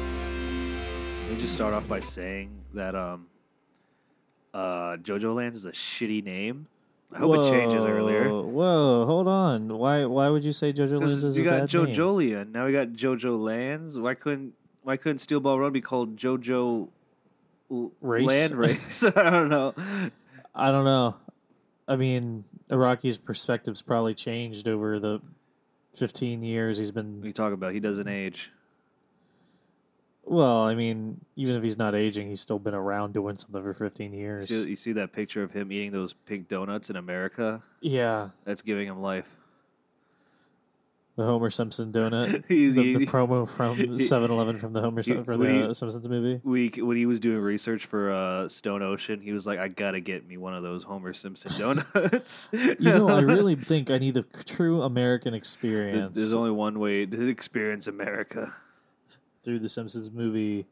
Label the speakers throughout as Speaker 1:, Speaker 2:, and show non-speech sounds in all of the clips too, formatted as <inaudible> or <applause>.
Speaker 1: Let me just start off by saying that um, uh, JoJo Land is a shitty name. I hope it changes earlier.
Speaker 2: Whoa, Whoa, hold on. Why why would you say JoJo Lins
Speaker 1: Because
Speaker 2: is
Speaker 1: you
Speaker 2: a
Speaker 1: got
Speaker 2: bad name?
Speaker 1: JoJolian, now we got JoJo Lands. Why couldn't Why couldn't Steel Ball Run be called JoJo L-
Speaker 2: Race? <laughs>
Speaker 1: Land Race? <laughs> I don't know.
Speaker 2: I don't know. I mean, Iraqi's perspective's probably changed over the 15 years he's been.
Speaker 1: We talk about he doesn't age.
Speaker 2: Well, I mean, even if he's not aging, he's still been around doing something for 15 years.
Speaker 1: See, you see that picture of him eating those pink donuts in America?
Speaker 2: Yeah,
Speaker 1: That's giving him life. <laughs>
Speaker 2: the Homer Simpson
Speaker 1: <laughs>
Speaker 2: donut.
Speaker 1: He's
Speaker 2: the, the
Speaker 1: eating- <laughs>
Speaker 2: promo from 7 Eleven from the Homer Sim-
Speaker 1: he-
Speaker 2: from
Speaker 1: what do
Speaker 2: the
Speaker 1: you- <laughs>
Speaker 2: Simpsons movie.
Speaker 1: we when he was doing research for uh, Stone Ocean, he was like, "I gotta get me one of those Homer Simpson donuts."
Speaker 2: <laughs> You know,
Speaker 1: <laughs>
Speaker 2: I really think I need the true American experience
Speaker 1: There's only one way to experience America.
Speaker 2: through the Simpsons movie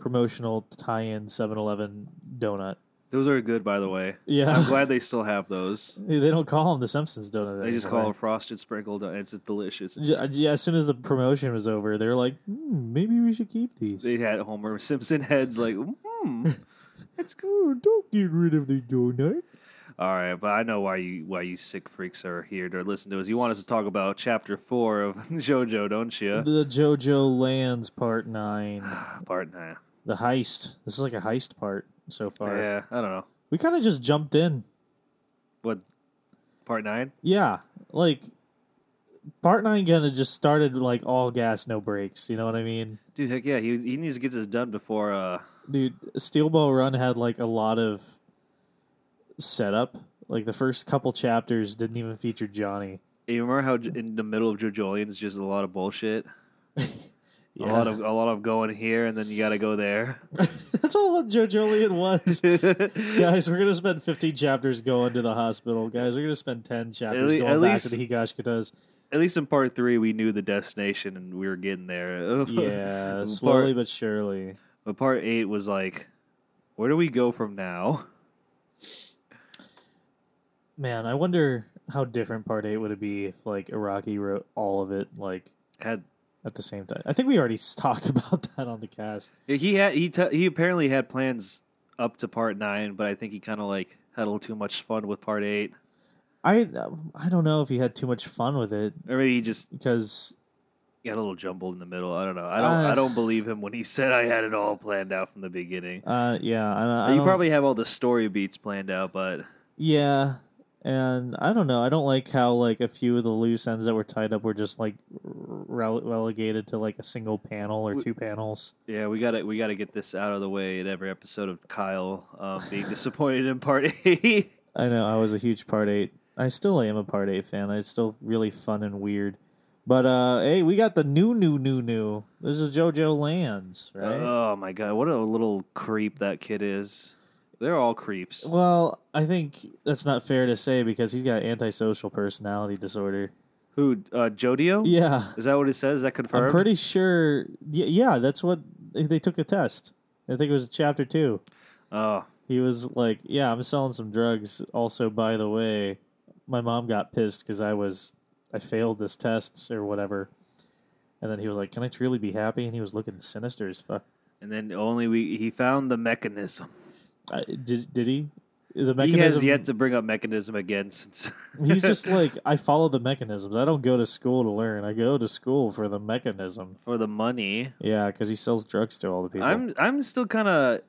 Speaker 2: promotional tie in 7 Eleven donut.
Speaker 1: Those are good, by the
Speaker 2: <laughs>
Speaker 1: way.
Speaker 2: Yeah.
Speaker 1: I'm glad they still have those.
Speaker 2: They don't call them the Simpsons donut.
Speaker 1: They just
Speaker 2: anymore.
Speaker 1: call them frosted sprinkled. Donuts. It's delicious. It's-
Speaker 2: Yeah, yeah, as soon as the promotion was over, they were like, hmm, maybe we should keep these.
Speaker 1: They had Homer <laughs> Simpson heads like,
Speaker 2: <laughs>
Speaker 1: "Hmm."
Speaker 2: It's good. Don't get rid of the donut.
Speaker 1: All right, but I know why you why you sick freaks are here to listen to us. You want us to talk about chapter four of <laughs> JoJo, don't you?
Speaker 2: The JoJo Lands Part 9.
Speaker 1: <sighs> Part nine.
Speaker 2: The heist. This is like a heist part so far.
Speaker 1: Yeah, I don't know.
Speaker 2: We kind of just jumped in.
Speaker 1: What? Part nine.
Speaker 2: Yeah. Like, Part 9 kind of just started like all gas, no brakes. You know what I mean?
Speaker 1: Dude, heck yeah, he he needs to get this done before. uh
Speaker 2: Dude, Steel Ball Run had like a lot of setup. Like, the first couple chapters didn't even feature Johnny.
Speaker 1: You remember how j- in the middle of Jojolian's just a lot of bullshit, a lot of a lot of going here and then you got to go there.
Speaker 2: <laughs> That's all that
Speaker 1: <laughs>
Speaker 2: JoJolian was. Guys, we're gonna spend 15 chapters going to the hospital. Guys, we're gonna spend 10 chapters
Speaker 1: lea-
Speaker 2: going
Speaker 1: at
Speaker 2: back
Speaker 1: least-
Speaker 2: to
Speaker 1: <laughs>
Speaker 2: the Higashikatas.
Speaker 1: At least in part three, we knew the destination and we were getting there. <laughs>
Speaker 2: Yeah,
Speaker 1: But
Speaker 2: slowly
Speaker 1: part-
Speaker 2: but surely.
Speaker 1: but part eight was like, where do we go from now? <laughs>
Speaker 2: Man, I wonder how different Part Eight would it be if like Iraqi wrote all of it like
Speaker 1: Had
Speaker 2: at the same time. I think we already <laughs> s- talked about that on the cast.
Speaker 1: he had he t- he apparently had plans up to part nine, but I think he kind of like had a little too much fun with part eight,
Speaker 2: I uh, I don't know if he had too much fun with it
Speaker 1: or maybe he just
Speaker 2: because
Speaker 1: got a little jumbled in the middle. I don't know. I don't
Speaker 2: Uh,
Speaker 1: I don't believe him when he <laughs> said I had it all planned out from the beginning.
Speaker 2: uh yeah I, I
Speaker 1: you
Speaker 2: don't-
Speaker 1: probably have all the story beats planned out, but
Speaker 2: Yeah, and I don't know. I don't like how like a few of the loose ends that were tied up were just like rele- relegated to like a single panel or
Speaker 1: W-
Speaker 2: two panels.
Speaker 1: yeah, we gotta we gotta get this out of the way in every episode of Kyle um, being
Speaker 2: <laughs>
Speaker 1: disappointed in part eight.
Speaker 2: I know I was a huge part eight. I still am a part eight fan. It's still really fun and weird. But uh hey, we got the new new new new. This is JoJo Lands, right?
Speaker 1: Oh my god, what a little creep that kid is. They're all creeps.
Speaker 2: well, I think that's not fair to say because he's got antisocial personality disorder.
Speaker 1: Who? Uh, Jodio?
Speaker 2: Yeah.
Speaker 1: Is that what it says? Is that confirmed?
Speaker 2: I'm pretty sure y- yeah, that's what they they took a test. I think it was chapter 2.
Speaker 1: Oh,
Speaker 2: He was like, "Yeah, I'm selling some drugs. Also, by the way, my mom got pissed because I was I failed this test or whatever." And then he was like, "Can I truly be happy?" And he was looking sinister as fuck.
Speaker 1: and then only we he found the mechanism.
Speaker 2: I, did did he? The
Speaker 1: He has
Speaker 2: mechanism.
Speaker 1: yet to bring up mechanism again since.
Speaker 2: <laughs>
Speaker 1: <laughs>
Speaker 2: he's just like I follow the mechanisms. I don't go to school to learn. I go to school for the mechanism.
Speaker 1: for the money.
Speaker 2: Yeah, because he sells drugs to all the people.
Speaker 1: I'm I'm still kind of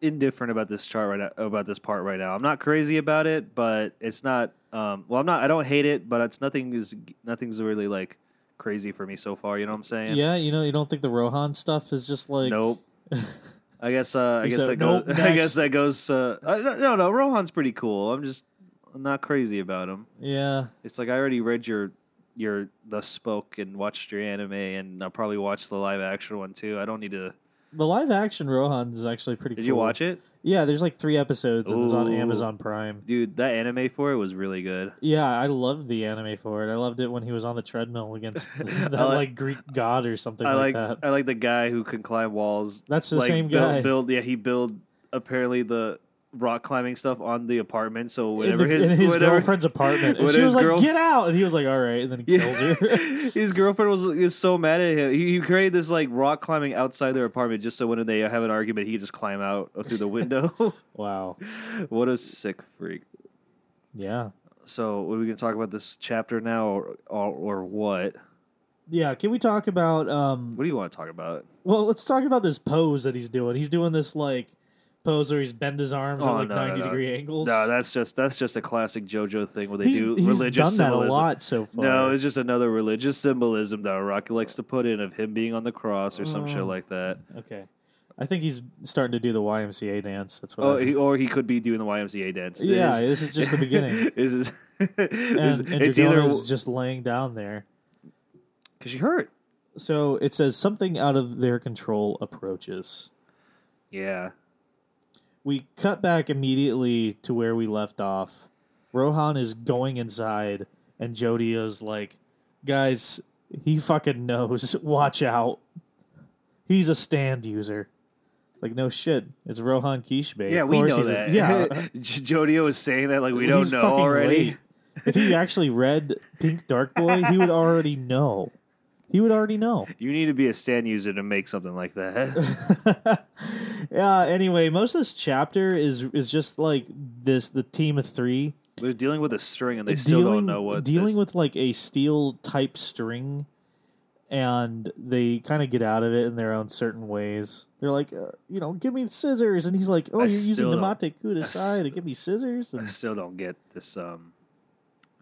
Speaker 1: indifferent about this chart right now, about this part right now. I'm not crazy about it, but it's not. Um, well, I'm not. I don't hate it, but it's nothing is nothing's really like crazy for me so far. You know what I'm saying?
Speaker 2: yeah, you know, you don't think the Rohan stuff is just like
Speaker 1: nope. I guess. Uh, I
Speaker 2: He
Speaker 1: guess
Speaker 2: said,
Speaker 1: that goes.
Speaker 2: "Nope,
Speaker 1: <laughs> I
Speaker 2: next."
Speaker 1: guess that goes. Uh, I, no, no, no. Rohan's pretty cool. I'm just not crazy about him.
Speaker 2: yeah,
Speaker 1: It's like I already read your your the spoke and watched your anime, and I'll probably watch the live action one too. I don't need to.
Speaker 2: the live action Rohan is actually pretty.
Speaker 1: Did you
Speaker 2: cool.
Speaker 1: watch it?
Speaker 2: Yeah, there's like three episodes and it's on
Speaker 1: Ooh.
Speaker 2: Amazon Prime.
Speaker 1: Dude, that anime for it was really good.
Speaker 2: Yeah, I loved the anime for it. I loved it when he was on the
Speaker 1: <laughs>
Speaker 2: treadmill against <laughs> that
Speaker 1: I like-
Speaker 2: like, Greek god or something
Speaker 1: I
Speaker 2: like,
Speaker 1: like
Speaker 2: that.
Speaker 1: I like the guy who can climb walls.
Speaker 2: That's the
Speaker 1: like,
Speaker 2: same
Speaker 1: build,
Speaker 2: guy.
Speaker 1: Build yeah, he build apparently the rock climbing stuff on the apartment. So
Speaker 2: In
Speaker 1: whenever
Speaker 2: the-
Speaker 1: his,
Speaker 2: in his
Speaker 1: whenever,
Speaker 2: girlfriend's apartment, and
Speaker 1: when
Speaker 2: she
Speaker 1: his
Speaker 2: was like,
Speaker 1: girl-
Speaker 2: "Get out!" and he was like, "All right," and then
Speaker 1: <laughs>
Speaker 2: he
Speaker 1: Yeah. <laughs>
Speaker 2: kills her.
Speaker 1: his girlfriend was is so mad at him. He, he created this like rock climbing outside their apartment just so when they have an argument, he could just climb out through the window. <laughs>
Speaker 2: wow.
Speaker 1: what a sick freak.
Speaker 2: Yeah.
Speaker 1: So, what are we gonna talk about this chapter now, or or, or what?
Speaker 2: Yeah. Can we talk about? um
Speaker 1: What do you want to talk about?
Speaker 2: Well, let's talk about this pose that he's doing. He's doing this like pose where he's bend his arms
Speaker 1: Oh,
Speaker 2: at like
Speaker 1: no, no,
Speaker 2: ninety
Speaker 1: no.
Speaker 2: degree angles.
Speaker 1: No, that's just that's just a classic JoJo thing where they
Speaker 2: he's,
Speaker 1: do
Speaker 2: he's
Speaker 1: religious
Speaker 2: done that
Speaker 1: symbolism.
Speaker 2: a lot so far.
Speaker 1: No, it's just another religious symbolism that Rocky likes to put in of him being on the cross or some shit
Speaker 2: Oh.
Speaker 1: like that.
Speaker 2: okay. I think he's starting to do the YMCA dance. That's what.
Speaker 1: Oh,
Speaker 2: I-
Speaker 1: he, or he could be doing the YMCA dance. It is-
Speaker 2: yeah, this is just the
Speaker 1: <laughs>
Speaker 2: beginning.
Speaker 1: Is is-
Speaker 2: And,
Speaker 1: is-
Speaker 2: and
Speaker 1: it's either
Speaker 2: Dakota's just laying down there.
Speaker 1: because she hurt.
Speaker 2: So it says something out of their control approaches.
Speaker 1: Yeah,
Speaker 2: we cut back immediately to where we left off. Rohan is going inside, and Jody is like, guys, he fucking knows. <laughs> Watch out. He's a stand user. Like, no shit. It's Rohan Kishbe.
Speaker 1: yeah,
Speaker 2: Of
Speaker 1: we
Speaker 2: course
Speaker 1: know
Speaker 2: he's a-
Speaker 1: that.
Speaker 2: <laughs> yeah.
Speaker 1: J- Jodio is saying that like <laughs> we don't
Speaker 2: He's
Speaker 1: know
Speaker 2: fucking
Speaker 1: already.
Speaker 2: late. if he actually read Pink Dark Boy, he would already know. He would already know. <laughs>
Speaker 1: You need to be a stand user to make something like that. <laughs>
Speaker 2: yeah, anyway, most of this chapter is is just like this the team of three
Speaker 1: They're dealing with a string and they still don't know what
Speaker 2: dealing
Speaker 1: this-
Speaker 2: with like a steel type string and they kind of get out of it in their own certain ways they're like uh, you know give me scissors and he's like oh
Speaker 1: I
Speaker 2: you're using
Speaker 1: still
Speaker 2: the
Speaker 1: don't-
Speaker 2: mate coup to
Speaker 1: s-
Speaker 2: side to give me scissors
Speaker 1: I
Speaker 2: and
Speaker 1: still don't get this um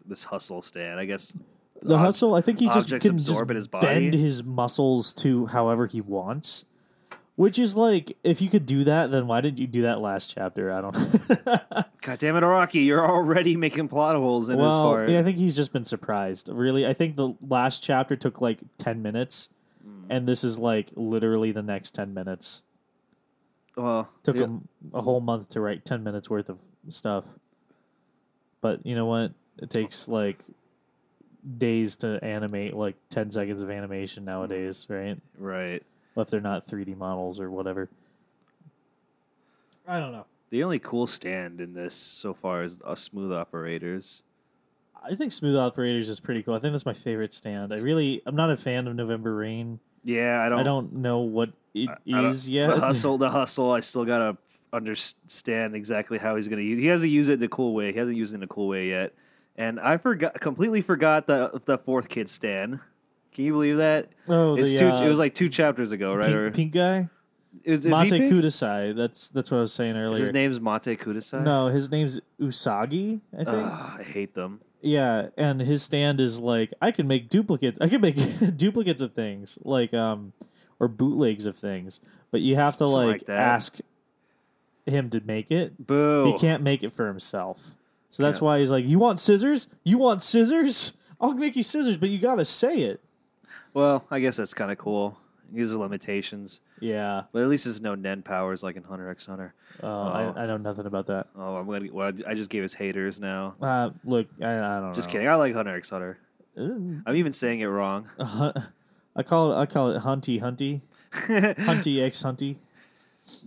Speaker 1: this hustle stand. I guess
Speaker 2: the
Speaker 1: ob-
Speaker 2: hustle i think he just
Speaker 1: objects
Speaker 2: can just
Speaker 1: absorb in his body.
Speaker 2: bend his muscles to however he wants which is like if you could do that then why did you do that last chapter i don't <laughs>
Speaker 1: God damn it, Araki, you're already making plot holes in this
Speaker 2: Well,
Speaker 1: part.
Speaker 2: yeah, I think he's just been surprised. Really, I think the last chapter took like ten minutes,
Speaker 1: Mm.
Speaker 2: and this is like literally the next ten minutes.
Speaker 1: well,
Speaker 2: Took
Speaker 1: yeah,
Speaker 2: him a whole month to write ten minutes worth of stuff. But you know what? It takes like days to animate like ten seconds of animation nowadays, right?
Speaker 1: right.
Speaker 2: Well, if they're not three D models or whatever. I don't know.
Speaker 1: The only cool stand in this so far is uh, smooth operators.
Speaker 2: I think Smooth Operators is pretty cool. I think that's my favorite stand. I really, I'm not a fan of November Rain.
Speaker 1: Yeah, I don't.
Speaker 2: I don't know what it
Speaker 1: I- I don't-
Speaker 2: is yet.
Speaker 1: The <laughs> hustle, the hustle. I still gotta understand exactly how he's gonna use. He hasn't used it in a cool way. He hasn't used it in a cool way yet. And I forgot, completely forgot that the fourth kid stand. Can you believe that?
Speaker 2: Oh,
Speaker 1: it's
Speaker 2: the,
Speaker 1: two.
Speaker 2: uh,
Speaker 1: it was like two chapters ago, right?
Speaker 2: pink,
Speaker 1: or
Speaker 2: pink guy,
Speaker 1: is, is he
Speaker 2: Mate
Speaker 1: pink?
Speaker 2: Kudasai. That's that's what I was saying
Speaker 1: Is
Speaker 2: earlier.
Speaker 1: His name's Mate Kudasai.
Speaker 2: no, his name's Usagi, I think.
Speaker 1: Ugh, Ah, I hate them.
Speaker 2: yeah, and his stand is like I can make duplicates. I can make <laughs> duplicates of things, like um, or bootlegs of things. But you have to
Speaker 1: Something
Speaker 2: like,
Speaker 1: like that.
Speaker 2: ask him to make it.
Speaker 1: Boo.
Speaker 2: He can't make it for himself. So that's
Speaker 1: Yeah.
Speaker 2: why he's like, "You want scissors? You want scissors? I'll make you scissors, but you gotta say it."
Speaker 1: Well, I guess that's kind of cool. These are limitations,
Speaker 2: Yeah,
Speaker 1: but at least there's no Nen powers like in Hunter X Hunter.
Speaker 2: uh, I, I know nothing about that.
Speaker 1: Oh, I'm gonna. Well, I just gave his haters now.
Speaker 2: Uh, look, I, I don't
Speaker 1: Just
Speaker 2: know. Uh,
Speaker 1: kidding. I like Hunter X Hunter.
Speaker 2: kidding.
Speaker 1: I'm even saying it wrong.
Speaker 2: Oh.
Speaker 1: <laughs>
Speaker 2: I call it. I call it hunty hunty
Speaker 1: the
Speaker 2: hunty x hunty.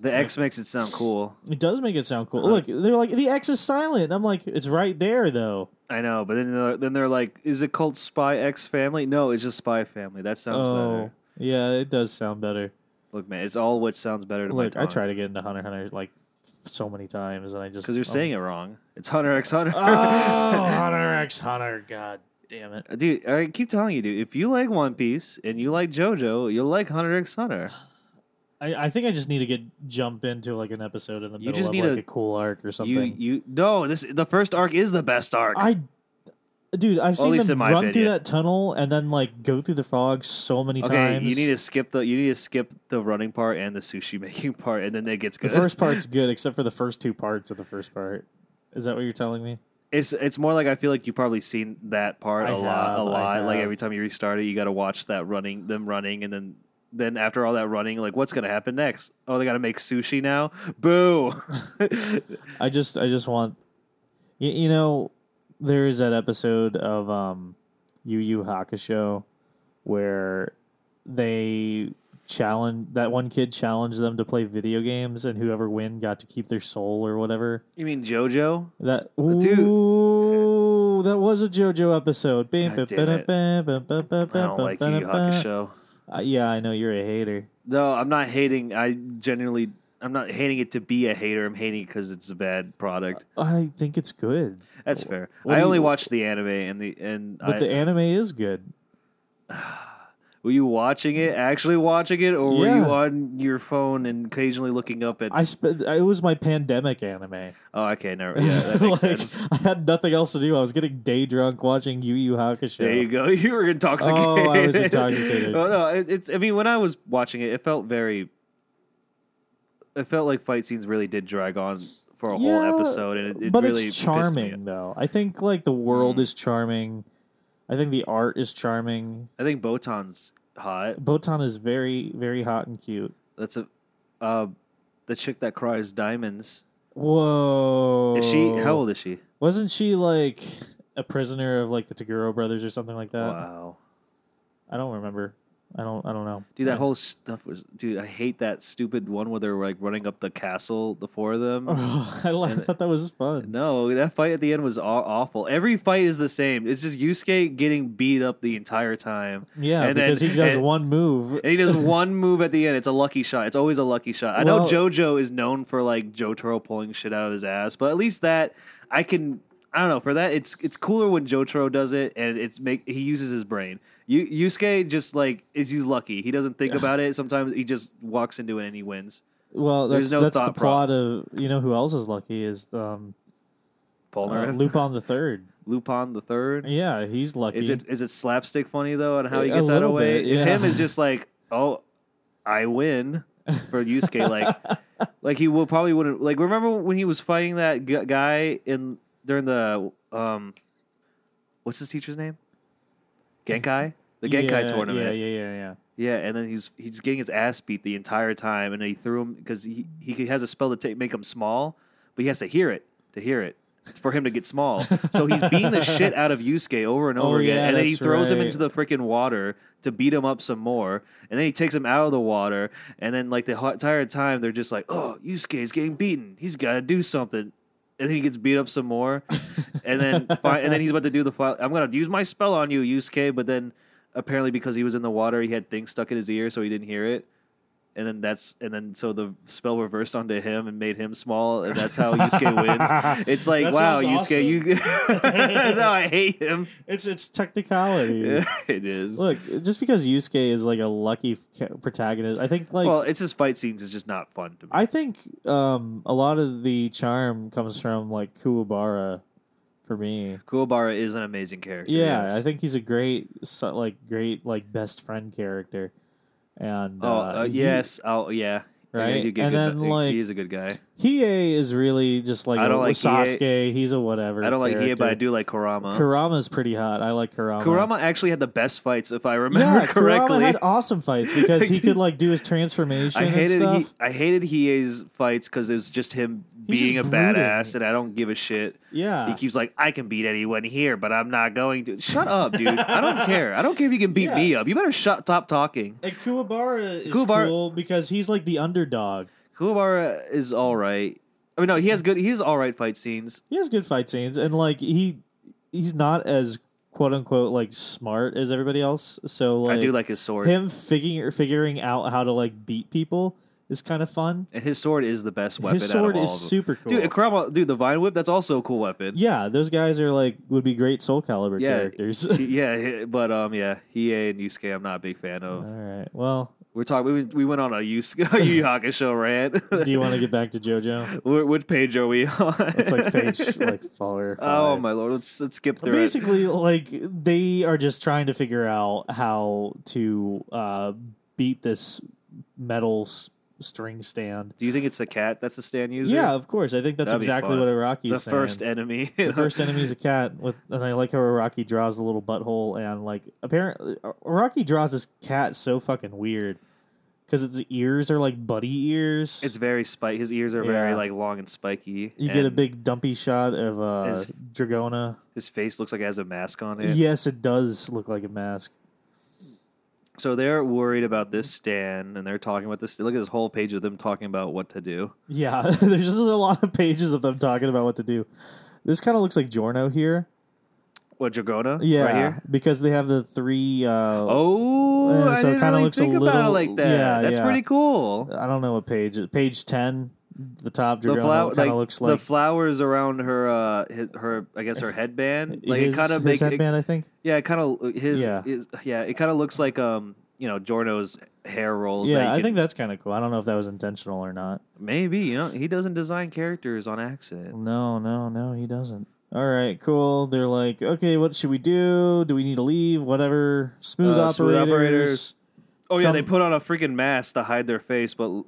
Speaker 1: X makes it sound cool.
Speaker 2: It does make it sound cool.
Speaker 1: Uh-huh.
Speaker 2: Look, they're like the X is silent. I'm like, it's right there though.
Speaker 1: I know, but then they're, then they're like, "Is it called Spy X Family?" No, it's just Spy Family. That sounds
Speaker 2: oh,
Speaker 1: better.
Speaker 2: yeah, it does sound better.
Speaker 1: Look, man, it's all what sounds better to
Speaker 2: Look,
Speaker 1: my
Speaker 2: I try to get into Hunter x Hunter like so many times, and I just
Speaker 1: because you're saying it wrong. It's Hunter X Hunter.
Speaker 2: <laughs> oh, Hunter X Hunter. God damn
Speaker 1: <laughs>
Speaker 2: it.
Speaker 1: Dude, I keep telling you, dude. If you like One Piece and you like JoJo, you'll like Hunter X Hunter.
Speaker 2: I, I think I just need to get jump into like an episode in the
Speaker 1: You
Speaker 2: middle
Speaker 1: just
Speaker 2: of
Speaker 1: need
Speaker 2: like
Speaker 1: to-
Speaker 2: a cool arc or something.
Speaker 1: You, you, no. This the first arc is the best arc.
Speaker 2: I, dude, I've seen
Speaker 1: least
Speaker 2: them
Speaker 1: in my
Speaker 2: run through
Speaker 1: opinion.
Speaker 2: that tunnel and then like go through the fog so many
Speaker 1: okay,
Speaker 2: times.
Speaker 1: you need to skip the you need to skip the running part and the sushi <laughs> making part, and then it gets
Speaker 2: the
Speaker 1: good.
Speaker 2: first part's good, except for the first two parts of the first part. Is that what you're telling me?
Speaker 1: it's it's more like I feel like you've probably seen that part
Speaker 2: I
Speaker 1: a lot, a
Speaker 2: have, I
Speaker 1: lot. Like
Speaker 2: have.
Speaker 1: every time you restart it, you got to watch that running them running and then then after all that running, like what's gonna happen next? Oh, they gotta make sushi now. Boo! <laughs>
Speaker 2: I just I just want you, you know there is that episode of um Yu Yu Hakusho where they challenge that one kid challenged them to play video games and whoever win got to keep their soul or whatever.
Speaker 1: you mean JoJo?
Speaker 2: That
Speaker 1: Dude.
Speaker 2: ooh, that was a JoJo episode. Bam,
Speaker 1: God
Speaker 2: bam,
Speaker 1: damn it.
Speaker 2: bam, bam, bam, bam,
Speaker 1: I don't
Speaker 2: bam,
Speaker 1: like Yu
Speaker 2: bam,
Speaker 1: Yu
Speaker 2: bam.
Speaker 1: Hakusho.
Speaker 2: Uh, yeah, I know you're a hater.
Speaker 1: No, I'm not hating. I genuinely, I'm not hating it to be a hater. I'm hating because it's a bad product.
Speaker 2: I think it's good,
Speaker 1: That's fair.
Speaker 2: what
Speaker 1: I
Speaker 2: do
Speaker 1: only
Speaker 2: you-
Speaker 1: watched the anime and the and
Speaker 2: but
Speaker 1: I,
Speaker 2: the anime is good.
Speaker 1: were you watching it, actually watching it, or were
Speaker 2: Yeah.
Speaker 1: you on your phone and occasionally looking up at?
Speaker 2: I spent it was my pandemic anime.
Speaker 1: oh, okay, never. Yeah,
Speaker 2: <laughs>
Speaker 1: that makes
Speaker 2: Like,
Speaker 1: sense.
Speaker 2: I had nothing else to do. I was getting day drunk watching Yu Yu Hakusho.
Speaker 1: There you go. <laughs> You were intoxicated.
Speaker 2: Oh, I was
Speaker 1: <laughs>
Speaker 2: intoxicated.
Speaker 1: oh no, it, it's. I mean, when I was watching it, it felt very. It felt like fight scenes really did drag on for a
Speaker 2: Yeah,
Speaker 1: whole episode, and it, it
Speaker 2: but
Speaker 1: really
Speaker 2: it's
Speaker 1: pissed me off. Mm.
Speaker 2: charming though. I think like the world is charming. I think the art is charming.
Speaker 1: I think Botan's hot.
Speaker 2: Botan is very very hot and cute.
Speaker 1: That's a uh, the chick that cries diamonds.
Speaker 2: Whoa.
Speaker 1: Is she?
Speaker 2: Oh,
Speaker 1: How old is she?
Speaker 2: Wasn't she like a prisoner of like the Taguro brothers or something like that?
Speaker 1: wow,
Speaker 2: I don't remember. I don't I don't know.
Speaker 1: dude, that
Speaker 2: <laughs> I-
Speaker 1: whole stuff was. Dude, I hate that stupid one where they're like running up the castle, the four of them.
Speaker 2: I like- I thought that was fun.
Speaker 1: no, that fight at the end was aw- awful. Every fight is the same. It's just Yusuke getting beat up the entire time.
Speaker 2: Yeah,
Speaker 1: and then-
Speaker 2: because he does
Speaker 1: and-
Speaker 2: one move.
Speaker 1: And he does one move at the end. It's a lucky shot. It's always a lucky shot. I know
Speaker 2: Well-
Speaker 1: JoJo is known for like Jotaro pulling shit out of his ass, but at least that I can. I don't know. For that, it's it's cooler when Jotaro does it, and it's make he uses his brain. You, Yusuke just like is he's lucky. He doesn't think about it. Sometimes he just walks into it and he wins.
Speaker 2: Well,
Speaker 1: There's
Speaker 2: that's,
Speaker 1: no
Speaker 2: that's the
Speaker 1: thought
Speaker 2: plot of you know who else is lucky is um,
Speaker 1: Paul
Speaker 2: uh,
Speaker 1: Narev-
Speaker 2: Lupin the Third.
Speaker 1: Lupin the Third.
Speaker 2: Yeah, he's lucky.
Speaker 1: Is it is it slapstick funny though, and how he
Speaker 2: A
Speaker 1: gets out of
Speaker 2: little
Speaker 1: way?
Speaker 2: bit, yeah.
Speaker 1: Him is just like, oh, I win for
Speaker 2: <laughs>
Speaker 1: Yusuke. like, like he will probably wouldn't like. Remember when he was fighting that gu guy in during the um, what's his teacher's name? Genkai, the Genkai
Speaker 2: yeah,
Speaker 1: tournament.
Speaker 2: Yeah, yeah, yeah, yeah.
Speaker 1: Yeah, and then he's he's getting his ass beat the entire time, and he threw him because he he has a spell to take, make him small, but he has to hear it to hear it It's for him to get small. so
Speaker 2: <laughs>
Speaker 1: he's beating the shit out of Yusuke over and over
Speaker 2: Oh,
Speaker 1: again,
Speaker 2: yeah,
Speaker 1: and then he
Speaker 2: that's
Speaker 1: throws him
Speaker 2: right.
Speaker 1: into the freaking water to beat him up some more, and then he takes him out of the water, and then like the ho- entire time they're just like, oh, Yusuke's getting beaten, he's got to do something. And then he gets beat up some more, and
Speaker 2: <laughs>
Speaker 1: then fi- and then he's about to do the. Fi- I'm gonna use my spell on you, Yusuke. But then apparently because he was in the water, he had things stuck in his ear, so he didn't hear it. And then that's and then so the spell reversed onto him and made him small, and that's how Yusuke
Speaker 2: <laughs>
Speaker 1: wins. It's like
Speaker 2: That
Speaker 1: wow,
Speaker 2: sounds
Speaker 1: Yusuke, you. <laughs> no, I hate
Speaker 2: <laughs>
Speaker 1: him.
Speaker 2: It's
Speaker 1: <laughs>
Speaker 2: it's technicality.
Speaker 1: it is.
Speaker 2: Look, just because Yusuke is like a lucky ca- protagonist, I think like
Speaker 1: well, it's just fight scenes is just not fun to me.
Speaker 2: I think um, a lot of the charm comes from like Kuwabara for me.
Speaker 1: Kuwabara is an amazing character.
Speaker 2: Yeah,
Speaker 1: yes.
Speaker 2: I think he's a great so- like great like best friend character. And
Speaker 1: Oh
Speaker 2: uh,
Speaker 1: uh,
Speaker 2: he-
Speaker 1: yes, oh yeah,
Speaker 2: Right?
Speaker 1: You get
Speaker 2: And
Speaker 1: good,
Speaker 2: then, like,
Speaker 1: he is a good guy.
Speaker 2: Hiei is really just like
Speaker 1: I
Speaker 2: I
Speaker 1: don't
Speaker 2: a,
Speaker 1: like
Speaker 2: Sasuke. He's a whatever.
Speaker 1: I don't like
Speaker 2: character.
Speaker 1: Hiei, but I do like Kurama.
Speaker 2: Kurama's pretty hot. I like Kurama.
Speaker 1: Kurama actually had the best fights, if I remember
Speaker 2: yeah,
Speaker 1: correctly.
Speaker 2: Kurama had awesome fights because
Speaker 1: <laughs>
Speaker 2: he could like do his transformation.
Speaker 1: I hated
Speaker 2: and
Speaker 1: he,
Speaker 2: stuff.
Speaker 1: I hated Hiei's fights because it was just him
Speaker 2: He's
Speaker 1: being
Speaker 2: just
Speaker 1: a
Speaker 2: brooding.
Speaker 1: badass, and I don't give a shit.
Speaker 2: yeah,
Speaker 1: He keeps like, I can beat anyone here, but I'm not going to. Shut up, dude. I
Speaker 2: <laughs>
Speaker 1: don't care. I don't care if you can beat
Speaker 2: Yeah.
Speaker 1: me up. You better shut stop talking.
Speaker 2: And Kuwabara is
Speaker 1: Kuwabara-
Speaker 2: cool because he's like the underdog.
Speaker 1: Kuwabara is all right. I mean, no, he has good. He has all right fight scenes.
Speaker 2: He has good fight scenes, and like he he's not as quote unquote like smart as everybody else. So like,
Speaker 1: I do like his sword,
Speaker 2: him figuring figuring out how to like beat people is kind of fun.
Speaker 1: and his sword is the best weapon.
Speaker 2: His sword
Speaker 1: out of all
Speaker 2: is
Speaker 1: of them.
Speaker 2: super cool.
Speaker 1: Dude, and Kurama, dude, the vine whip. That's also a cool weapon.
Speaker 2: yeah, those guys are like would be great Soul Caliber
Speaker 1: Yeah. <laughs>
Speaker 2: characters.
Speaker 1: He- yeah, he- but um, yeah, Hiei and Yusuke, I'm not a big fan
Speaker 2: All
Speaker 1: of.
Speaker 2: right. Well,
Speaker 1: We're talking. We, we went on a Yusuke a Yu <laughs> Yu Hakusho rant.
Speaker 2: <laughs>
Speaker 1: <laughs>
Speaker 2: do you want to get back to JoJo?
Speaker 1: Wh- Which page are we on?
Speaker 2: It's like page like four. or
Speaker 1: <laughs> Oh
Speaker 2: five.
Speaker 1: my lord! Let's let's skip through it.
Speaker 2: basically like they are just trying to figure out how to uh, beat this metal s- string stand.
Speaker 1: Do you think it's the cat that's the stand user?
Speaker 2: Yeah, of course. I think that's
Speaker 1: That'd be
Speaker 2: exactly
Speaker 1: fun.
Speaker 2: what Iraqi's
Speaker 1: the
Speaker 2: saying.
Speaker 1: first enemy. <laughs>
Speaker 2: the first enemy is a cat with, and I like how Iraqi draws the little butthole and like apparently Iraqi draws this cat so fucking weird. because its ears are like buddy ears.
Speaker 1: It's very spiky. His ears are very
Speaker 2: Yeah.
Speaker 1: like long and spiky.
Speaker 2: you get a
Speaker 1: and
Speaker 2: big dumpy shot of uh,
Speaker 1: His-
Speaker 2: Dragona.
Speaker 1: His face looks like it has a mask on it.
Speaker 2: Yes, it does look like a mask.
Speaker 1: So they're worried about this stand, and they're talking about this. Look at this whole page of them talking about what to do.
Speaker 2: Yeah, <laughs> there's just a lot of pages of them talking about what to do. This kind of looks like Jorno here.
Speaker 1: What Dragona?
Speaker 2: Yeah,
Speaker 1: Right here.
Speaker 2: because they have the three. Uh,
Speaker 1: Oh,
Speaker 2: Uh,
Speaker 1: I
Speaker 2: so it
Speaker 1: didn't
Speaker 2: kinda
Speaker 1: really
Speaker 2: looks a
Speaker 1: think about it
Speaker 2: little-
Speaker 1: like that.
Speaker 2: yeah,
Speaker 1: That's
Speaker 2: yeah.
Speaker 1: pretty cool.
Speaker 2: I don't know what page. Page ten, the top
Speaker 1: The
Speaker 2: Dragono
Speaker 1: flower,
Speaker 2: kind
Speaker 1: like,
Speaker 2: of looks
Speaker 1: the
Speaker 2: like
Speaker 1: flowers around her, uh, his, her, I guess her headband. Like
Speaker 2: his,
Speaker 1: it kind of
Speaker 2: his
Speaker 1: makes,
Speaker 2: headband. I think.
Speaker 1: yeah, it kind of his,
Speaker 2: Yeah.
Speaker 1: his- yeah, it kind of looks like um, you know, Jorno's hair rolls. that
Speaker 2: Yeah,
Speaker 1: you
Speaker 2: I
Speaker 1: can-
Speaker 2: think that's kind of cool. I don't know if that was intentional or not.
Speaker 1: maybe you know he doesn't design characters on accident.
Speaker 2: No, no, no, he doesn't. All right, cool. They're like, okay, what should we do? Do we need to leave? Whatever. Smooth
Speaker 1: Uh,
Speaker 2: operators.
Speaker 1: smooth Oh yeah,
Speaker 2: Come-
Speaker 1: they put on a freaking mask to hide their face, but
Speaker 2: <laughs>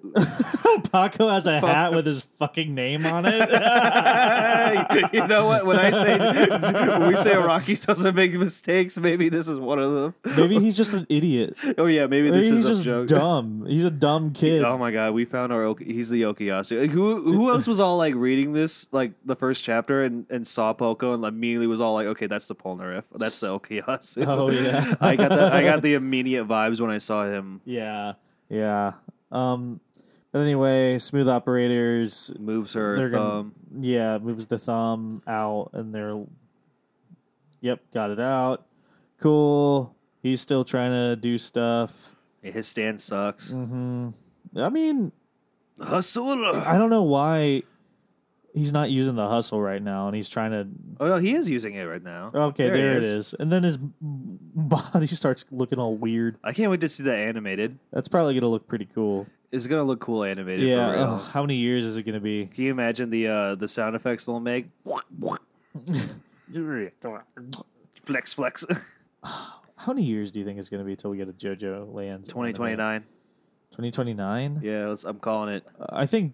Speaker 2: Paco has a hat with his fucking name on it.
Speaker 1: <laughs> <laughs>
Speaker 2: <laughs>
Speaker 1: you know what? When I say when we say Rockies <laughs> doesn't make mistakes, maybe this is one of them.
Speaker 2: Maybe he's just an idiot.
Speaker 1: Oh yeah, maybe
Speaker 2: Maybe
Speaker 1: this
Speaker 2: he's
Speaker 1: is
Speaker 2: just
Speaker 1: a joke.
Speaker 2: dumb. He's a dumb kid.
Speaker 1: Oh my god, we found our Ok- he's the Okuyasu. Like, who who else was all like reading this like the first chapter and, and saw Poco and immediately was all like, okay, that's the Polnareff, that's the Okuyasu.
Speaker 2: <laughs> Oh, yeah.
Speaker 1: <laughs> I got that. I got the immediate vibes when I saw him
Speaker 2: Yeah. Yeah. Um. But anyway, smooth operators.
Speaker 1: moves her
Speaker 2: They're gonna-
Speaker 1: thumb.
Speaker 2: Yeah, moves the thumb out, and they're. Yep, got it out. Cool. He's still trying to do stuff.
Speaker 1: His stand sucks.
Speaker 2: hmm I mean,
Speaker 1: Hustle.
Speaker 2: I don't know why he's not using the hustle right now, and he's trying to.
Speaker 1: Oh no, he is using it right now.
Speaker 2: Okay, there, it is. And then his <laughs> b- body starts looking all weird.
Speaker 1: I can't wait to see that animated.
Speaker 2: That's probably gonna look pretty cool.
Speaker 1: It's gonna look cool animated.
Speaker 2: yeah.
Speaker 1: for real.
Speaker 2: ugh, how many years is it gonna be?
Speaker 1: Can you imagine the uh, the sound effects they'll make?
Speaker 2: <laughs>
Speaker 1: <laughs> flex, flex. <laughs>
Speaker 2: How many years do you think it's gonna be till we get a JoJo Land?
Speaker 1: Twenty twenty nine.
Speaker 2: Twenty twenty nine.
Speaker 1: Yeah, let's, I'm calling it.
Speaker 2: I think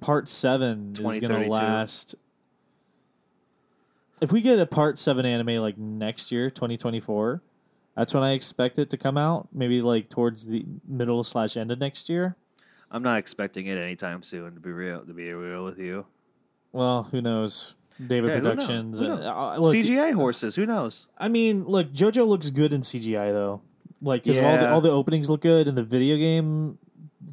Speaker 2: part seven is going to
Speaker 1: 2032.
Speaker 2: last. If we get a part seven anime like next year, 2024, that's when I expect it to come out. Maybe like towards the middle slash end of next year.
Speaker 1: I'm not expecting it anytime soon. To be real, to be real with you,
Speaker 2: Well, who knows? David
Speaker 1: Yeah, who knows?
Speaker 2: Productions.
Speaker 1: Who
Speaker 2: and-
Speaker 1: knows?
Speaker 2: uh, look,
Speaker 1: CGI horses. Who knows?
Speaker 2: I mean, look, JoJo looks good in CGI though. Like, because all, the,
Speaker 1: Yeah.
Speaker 2: all the openings look good, and the video game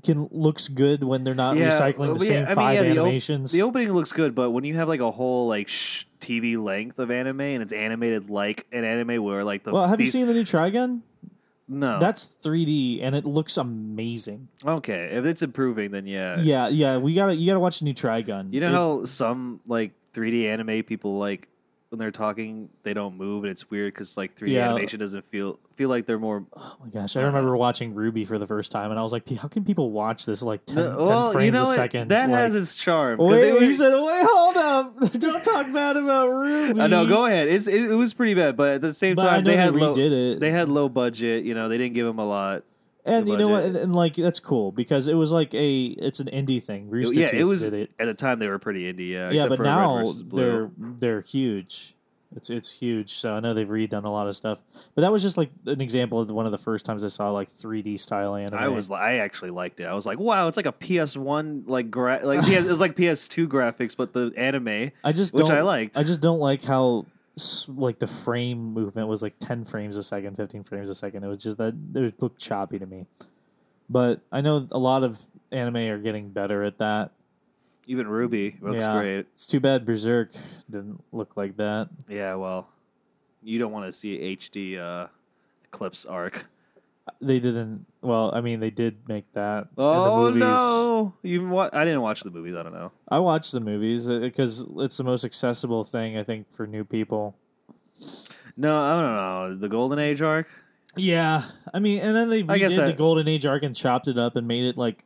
Speaker 2: can looks good when they're not
Speaker 1: Yeah,
Speaker 2: Uh, recycling
Speaker 1: well,
Speaker 2: the
Speaker 1: yeah,
Speaker 2: same
Speaker 1: I mean,
Speaker 2: five
Speaker 1: yeah, the op-
Speaker 2: animations.
Speaker 1: The opening looks good, but when you have like a whole like sh- TV length of anime and it's animated like an anime where like the
Speaker 2: well, have
Speaker 1: these-
Speaker 2: you seen the new Trigun?
Speaker 1: no
Speaker 2: That's 3D and it looks amazing.
Speaker 1: okay if it's improving then yeah
Speaker 2: yeah, yeah. We gotta you gotta watch the new Trigun.
Speaker 1: Uh, You know
Speaker 2: It-
Speaker 1: how some like 3D anime people like when they're talking they don't move and it's weird because like 3D
Speaker 2: Yeah.
Speaker 1: animation doesn't feel feel like they're more.
Speaker 2: oh my gosh, I remember watching Ruby for the first time and I was like, "P- how can people watch this like 10, 10 frames
Speaker 1: you know
Speaker 2: a
Speaker 1: what?
Speaker 2: second?
Speaker 1: that
Speaker 2: Like,
Speaker 1: has its charm. 'cause
Speaker 2: <laughs> Wait,
Speaker 1: it
Speaker 2: he
Speaker 1: was-
Speaker 2: said, wait, hold up. <laughs> Don't talk bad about Ruby.
Speaker 1: I know. Go ahead. It's, it, it was pretty bad, but at the same
Speaker 2: But I
Speaker 1: time
Speaker 2: know
Speaker 1: they
Speaker 2: they
Speaker 1: had low,
Speaker 2: redid it.
Speaker 1: They had low budget. You know, they didn't give him a lot.
Speaker 2: and
Speaker 1: the
Speaker 2: you know what?
Speaker 1: budget.
Speaker 2: And, and, like that's cool because it was like a it's an indie thing. Rooster
Speaker 1: yeah,
Speaker 2: Teeth
Speaker 1: it was
Speaker 2: did it.
Speaker 1: at the time they were pretty indie. Yeah,
Speaker 2: yeah,
Speaker 1: except
Speaker 2: but
Speaker 1: for Red
Speaker 2: now
Speaker 1: versus Blue.
Speaker 2: they're they're huge. It's it's huge. So I know they've redone a lot of stuff, but that was just like an example of one of the first times I saw like 3D style anime.
Speaker 1: I was li- I actually liked it. I was like, wow, it's like a PS1 like gra- like PS, it's like PS2 graphics, but the anime.
Speaker 2: I just
Speaker 1: which
Speaker 2: don't,
Speaker 1: I liked.
Speaker 2: I just don't like how s- like the frame movement was like 10 frames a second, 15 frames a second. It was just that it looked choppy to me. But I know a lot of anime are getting better at that.
Speaker 1: Even Ruby looks
Speaker 2: Yeah.
Speaker 1: great.
Speaker 2: It's too bad Berserk didn't look like that.
Speaker 1: Yeah, well, you don't want to see HD uh, Eclipse arc.
Speaker 2: They didn't. Well, I mean, they did make that. in the
Speaker 1: Oh
Speaker 2: movies.
Speaker 1: no! You wa- I didn't watch the movies. I don't know.
Speaker 2: I watch the movies because it's the most accessible thing I think for new people.
Speaker 1: No, I don't know. The Golden Age arc.
Speaker 2: Yeah, I mean, and then they
Speaker 1: I guess
Speaker 2: redid
Speaker 1: I-
Speaker 2: the Golden Age arc and chopped it up and made it like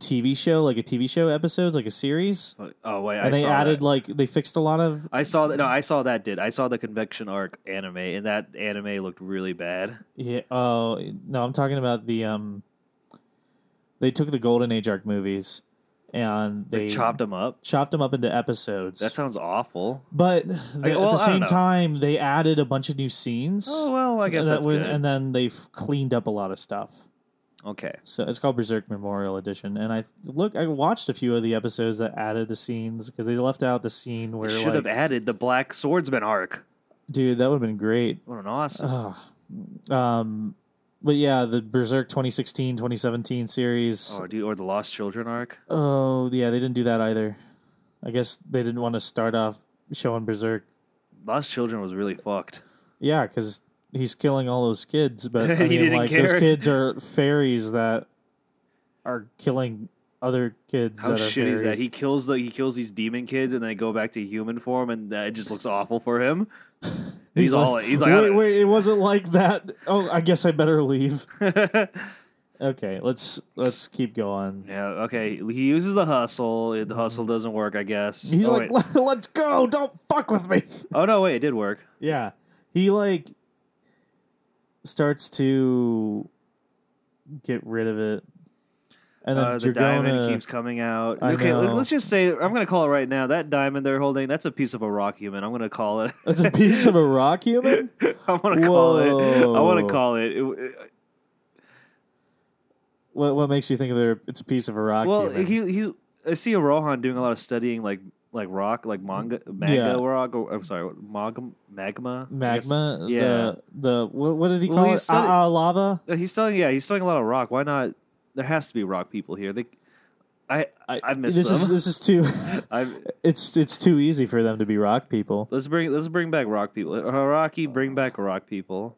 Speaker 2: TV show, like a TV show episodes, like a series.
Speaker 1: Oh wait, I
Speaker 2: and they
Speaker 1: saw
Speaker 2: added
Speaker 1: That.
Speaker 2: like they fixed a lot of.
Speaker 1: I saw that. No, I saw that. Did I saw the Convection arc anime, and that anime looked really bad.
Speaker 2: Yeah. Oh no, I'm talking about the um. They took the Golden Age arc movies, and
Speaker 1: They,
Speaker 2: they,
Speaker 1: chopped them up.
Speaker 2: chopped them up into episodes.
Speaker 1: That sounds awful.
Speaker 2: but the-
Speaker 1: well,
Speaker 2: at the
Speaker 1: I don't
Speaker 2: same
Speaker 1: know.
Speaker 2: time, they added a bunch of new scenes.
Speaker 1: Oh well, I guess
Speaker 2: that
Speaker 1: that's
Speaker 2: was-
Speaker 1: good.
Speaker 2: And then they've cleaned up a lot of stuff.
Speaker 1: Okay.
Speaker 2: So it's called Berserk Memorial Edition, and I look. I watched a few of the episodes that added the scenes because they left out the scene where
Speaker 1: They should
Speaker 2: like,
Speaker 1: have added the Black Swordsman arc.
Speaker 2: dude, that would have been great.
Speaker 1: What an awesome.
Speaker 2: Ugh. Um, but yeah, the Berserk 2016 2017 series.
Speaker 1: or, do, oh, or the Lost Children arc.
Speaker 2: Oh yeah, they didn't do that either. I guess they didn't want to start off showing Berserk.
Speaker 1: Lost Children was really fucked.
Speaker 2: Yeah, because he's killing all those kids,
Speaker 1: <laughs>
Speaker 2: but I
Speaker 1: He
Speaker 2: mean,
Speaker 1: didn't
Speaker 2: like
Speaker 1: care.
Speaker 2: those kids are fairies that are killing other kids.
Speaker 1: How
Speaker 2: that are
Speaker 1: shitty is that?
Speaker 2: fairies.
Speaker 1: He kills the he kills these demon kids and they go back to human form and uh, it just looks awful for him. <laughs> He's, all he's like,
Speaker 2: wait, wait, it wasn't like that. Oh, I guess I better leave. Okay, let's let's keep going.
Speaker 1: yeah, okay. He uses the hustle. The hustle doesn't work, I guess.
Speaker 2: Mm-hmm. He's
Speaker 1: oh,
Speaker 2: like,
Speaker 1: wait.
Speaker 2: <laughs> let's go. Don't fuck with me. <laughs>
Speaker 1: oh no, wait, it did work.
Speaker 2: Yeah, he like starts to get rid of it, and then
Speaker 1: Uh, the diamond
Speaker 2: Dragona. <laughs>
Speaker 1: keeps coming out.
Speaker 2: I
Speaker 1: okay,
Speaker 2: know.
Speaker 1: let's just say I'm gonna call it right now. That diamond they're holding, that's a piece of a rock human. I'm gonna call it. <laughs>
Speaker 2: That's a piece of a rock human.
Speaker 1: I want to call it. I want to
Speaker 2: Whoa.
Speaker 1: call it. It-
Speaker 2: What what makes you think there? It's a piece of a rock
Speaker 1: well,
Speaker 2: human.
Speaker 1: he, he's. I see a Rohan doing a lot of studying, like like rock, like manga, manga
Speaker 2: Yeah.
Speaker 1: rock. Or, I'm sorry, what, magma, magma, I guess.
Speaker 2: Magma.
Speaker 1: Yeah.
Speaker 2: The, the what, what did he
Speaker 1: Well,
Speaker 2: call
Speaker 1: he
Speaker 2: it?
Speaker 1: said it-
Speaker 2: Ah, ah, lava.
Speaker 1: Uh, He's studying. Yeah, he's studying a lot of rock. Why not? There has to be rock people here. They, I, I, have missed
Speaker 2: this
Speaker 1: them. <laughs>
Speaker 2: is this is too. <laughs>
Speaker 1: I've,
Speaker 2: it's it's too easy for them to be rock people.
Speaker 1: let's bring let's bring back rock people. Haraki, bring back rock
Speaker 2: <laughs>
Speaker 1: people.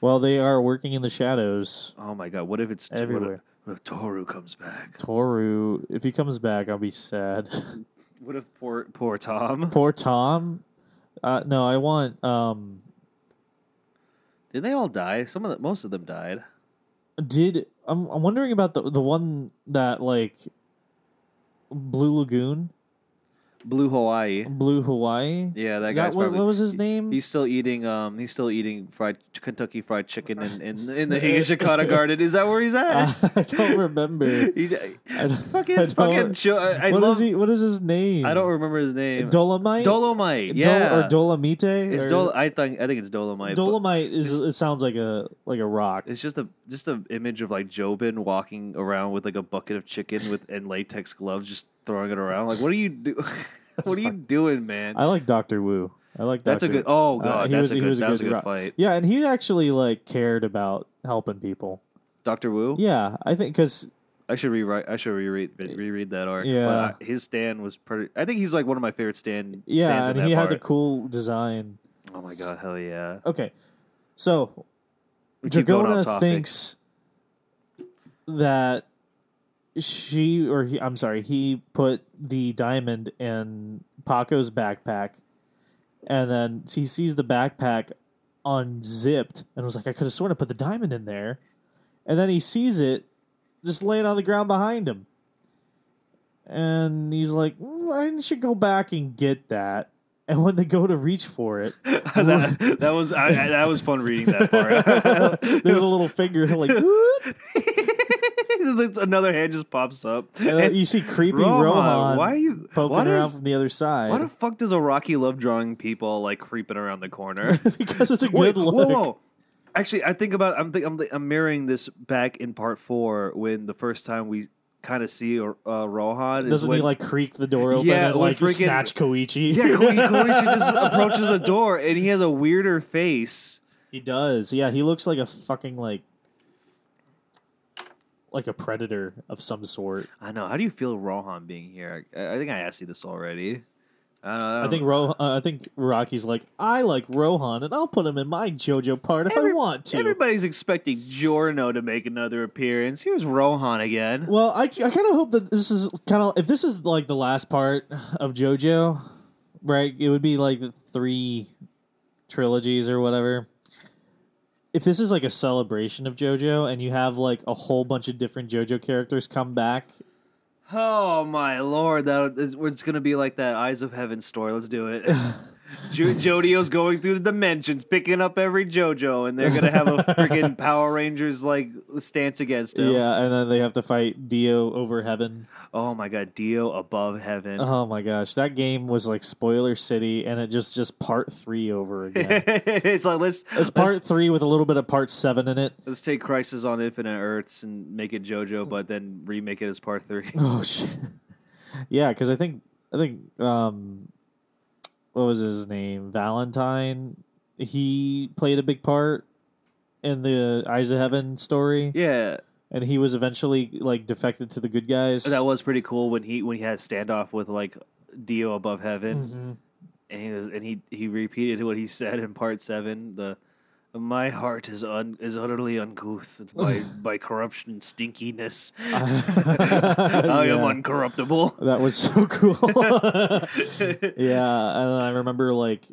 Speaker 2: Well, they are working in the shadows.
Speaker 1: Oh my god, what if it's what if-
Speaker 2: Everywhere.
Speaker 1: What if Toru comes back?
Speaker 2: Toru, if he comes back, I'll be sad. <laughs>
Speaker 1: What if poor poor Tom?
Speaker 2: Poor Tom. Uh, no, I want. Um,
Speaker 1: Did they all die? Some of the, most of them died.
Speaker 2: did I'm, I'm wondering about the the one that like Blue Lagoon,
Speaker 1: Blue Hawaii.
Speaker 2: Blue Hawaii.
Speaker 1: Yeah, that
Speaker 2: That-
Speaker 1: guy's
Speaker 2: what-
Speaker 1: probably.
Speaker 2: what was his
Speaker 1: he-
Speaker 2: name?
Speaker 1: He's still eating. Um, he's still eating fried Kentucky Fried Chicken in in, in
Speaker 2: <laughs>
Speaker 1: the Higashikata Garden. Is that where he's at?
Speaker 2: <laughs> I don't remember.
Speaker 1: <laughs> He-
Speaker 2: I don't,
Speaker 1: fucking
Speaker 2: I don't-
Speaker 1: fucking. Joe, I, I
Speaker 2: what is
Speaker 1: love.
Speaker 2: he? What is his name?
Speaker 1: I don't remember his name.
Speaker 2: Dolomite.
Speaker 1: Dolomite.
Speaker 2: Dol-
Speaker 1: Yeah.
Speaker 2: or Dolomite.
Speaker 1: It's
Speaker 2: or-
Speaker 1: Dol- oh, I think I think it's Dolomite. but
Speaker 2: Dolomite is. It sounds like a like a rock.
Speaker 1: It's just a just an image of like Jobin walking around with like a bucket of chicken
Speaker 2: <laughs>
Speaker 1: with and latex gloves, just throwing it around. Like, what are you do? <laughs> what are you doing, man?
Speaker 2: I like Doctor Wu. I like
Speaker 1: that's
Speaker 2: Dr.
Speaker 1: a good. Oh
Speaker 2: Uh,
Speaker 1: god,
Speaker 2: he
Speaker 1: that's
Speaker 2: was-
Speaker 1: a
Speaker 2: he
Speaker 1: good.
Speaker 2: was a
Speaker 1: that was a
Speaker 2: good
Speaker 1: good
Speaker 2: rock-
Speaker 1: fight.
Speaker 2: Yeah, and he actually like cared about helping people.
Speaker 1: Doctor Wu.
Speaker 2: Yeah, I think because
Speaker 1: I should rewrite. I should reread reread that arc.
Speaker 2: Yeah.
Speaker 1: but I, his stand was pretty. I think he's like one of my favorite stand. stands
Speaker 2: yeah,
Speaker 1: in
Speaker 2: and
Speaker 1: that
Speaker 2: he had the
Speaker 1: part.
Speaker 2: cool design.
Speaker 1: Oh my god, hell yeah!
Speaker 2: Okay, so
Speaker 1: We keep going off
Speaker 2: Dragona
Speaker 1: topic.
Speaker 2: thinks that she or he. I'm sorry, he put the diamond in Paco's backpack, and then he sees the backpack unzipped and was like, "I could have sworn I put the diamond in there," and then he sees it just laying on the ground behind him. And he's like, "Mm, I should go back and get that. And when they go to reach for
Speaker 1: <laughs>
Speaker 2: it,
Speaker 1: <laughs>
Speaker 2: <laughs>
Speaker 1: that, that was I, I- that was fun reading that part.
Speaker 2: <laughs> there's a little finger
Speaker 1: <laughs>
Speaker 2: like, "Whoop."
Speaker 1: Another hand just pops up.
Speaker 2: and then you see creepy
Speaker 1: Rohan,
Speaker 2: Rohan,
Speaker 1: why are you-
Speaker 2: poking
Speaker 1: why
Speaker 2: around
Speaker 1: does-
Speaker 2: from the other side?
Speaker 1: Why the fuck does Iraqi love drawing people like creeping around the
Speaker 2: <laughs>
Speaker 1: corner?
Speaker 2: <laughs> because it's a
Speaker 1: Wait,
Speaker 2: good look.
Speaker 1: Whoa, whoa. Actually, I think about I'm, think, I'm I'm mirroring this back in part four when the first time we kind of see uh, Rohan is
Speaker 2: Doesn't
Speaker 1: when,
Speaker 2: he like creak the door open
Speaker 1: Yeah,
Speaker 2: and
Speaker 1: when
Speaker 2: like
Speaker 1: freaking-
Speaker 2: snatch
Speaker 1: <laughs>
Speaker 2: Koichi?
Speaker 1: yeah Koni- Konichi just
Speaker 2: <laughs>
Speaker 1: approaches the door and he has a weirder face.
Speaker 2: he does. Yeah, he looks like a fucking like like a predator of some sort.
Speaker 1: I know. How do you feel Rohan being here? I, I think I asked you this already. I, don't, I,
Speaker 2: I
Speaker 1: don't-
Speaker 2: think Ro- uh, I think Rocky's like I like Rohan and I'll put him in my JoJo part if
Speaker 1: Every-
Speaker 2: I want to.
Speaker 1: Everybody's expecting Giorno to make another appearance. Here's Rohan again.
Speaker 2: Well, I, I kind of hope that this is kind of if this is like the last part of JoJo, right? It would be like the three trilogies or whatever. If this is like a celebration of JoJo and you have like a whole bunch of different JoJo characters come back, <laughs>
Speaker 1: Oh my lord, that it's going to be like that Eyes of Heaven story. Let's do it. Jo- Jodeo's going through the dimensions, picking up every JoJo, and they're gonna have
Speaker 2: <laughs>
Speaker 1: a freaking Power Rangers like stance against him.
Speaker 2: Yeah, and then they have to fight Dio over heaven.
Speaker 1: Oh my god, Dio above heaven.
Speaker 2: Oh my gosh, that game was like spoiler city, and it just just part three over
Speaker 1: <laughs>
Speaker 2: again.
Speaker 1: <laughs> it's like let's
Speaker 2: it's part three with a little bit of part seven in it.
Speaker 1: let's take Crisis on Infinite Earths and make it
Speaker 2: Mm.
Speaker 1: JoJo, but then remake it as part
Speaker 2: <laughs>
Speaker 1: three. <laughs>
Speaker 2: Oh shit. Yeah, because I think I think um, what was his name? Valentine. He played a big part in the Eyes of Heaven story,
Speaker 1: yeah,
Speaker 2: and he was eventually like defected to the good guys.
Speaker 1: that was pretty cool when he when he had a standoff with like Dio above heaven,
Speaker 2: <laughs> Mhm.
Speaker 1: and he was, and he he repeated what he said in part seven. The my heart is un, is utterly uncouth
Speaker 2: <laughs>
Speaker 1: by by corruption and stinkiness. <laughs> I am
Speaker 2: Yeah.
Speaker 1: uncorruptible.
Speaker 2: That was
Speaker 1: <laughs>
Speaker 2: so cool. yeah, and I remember like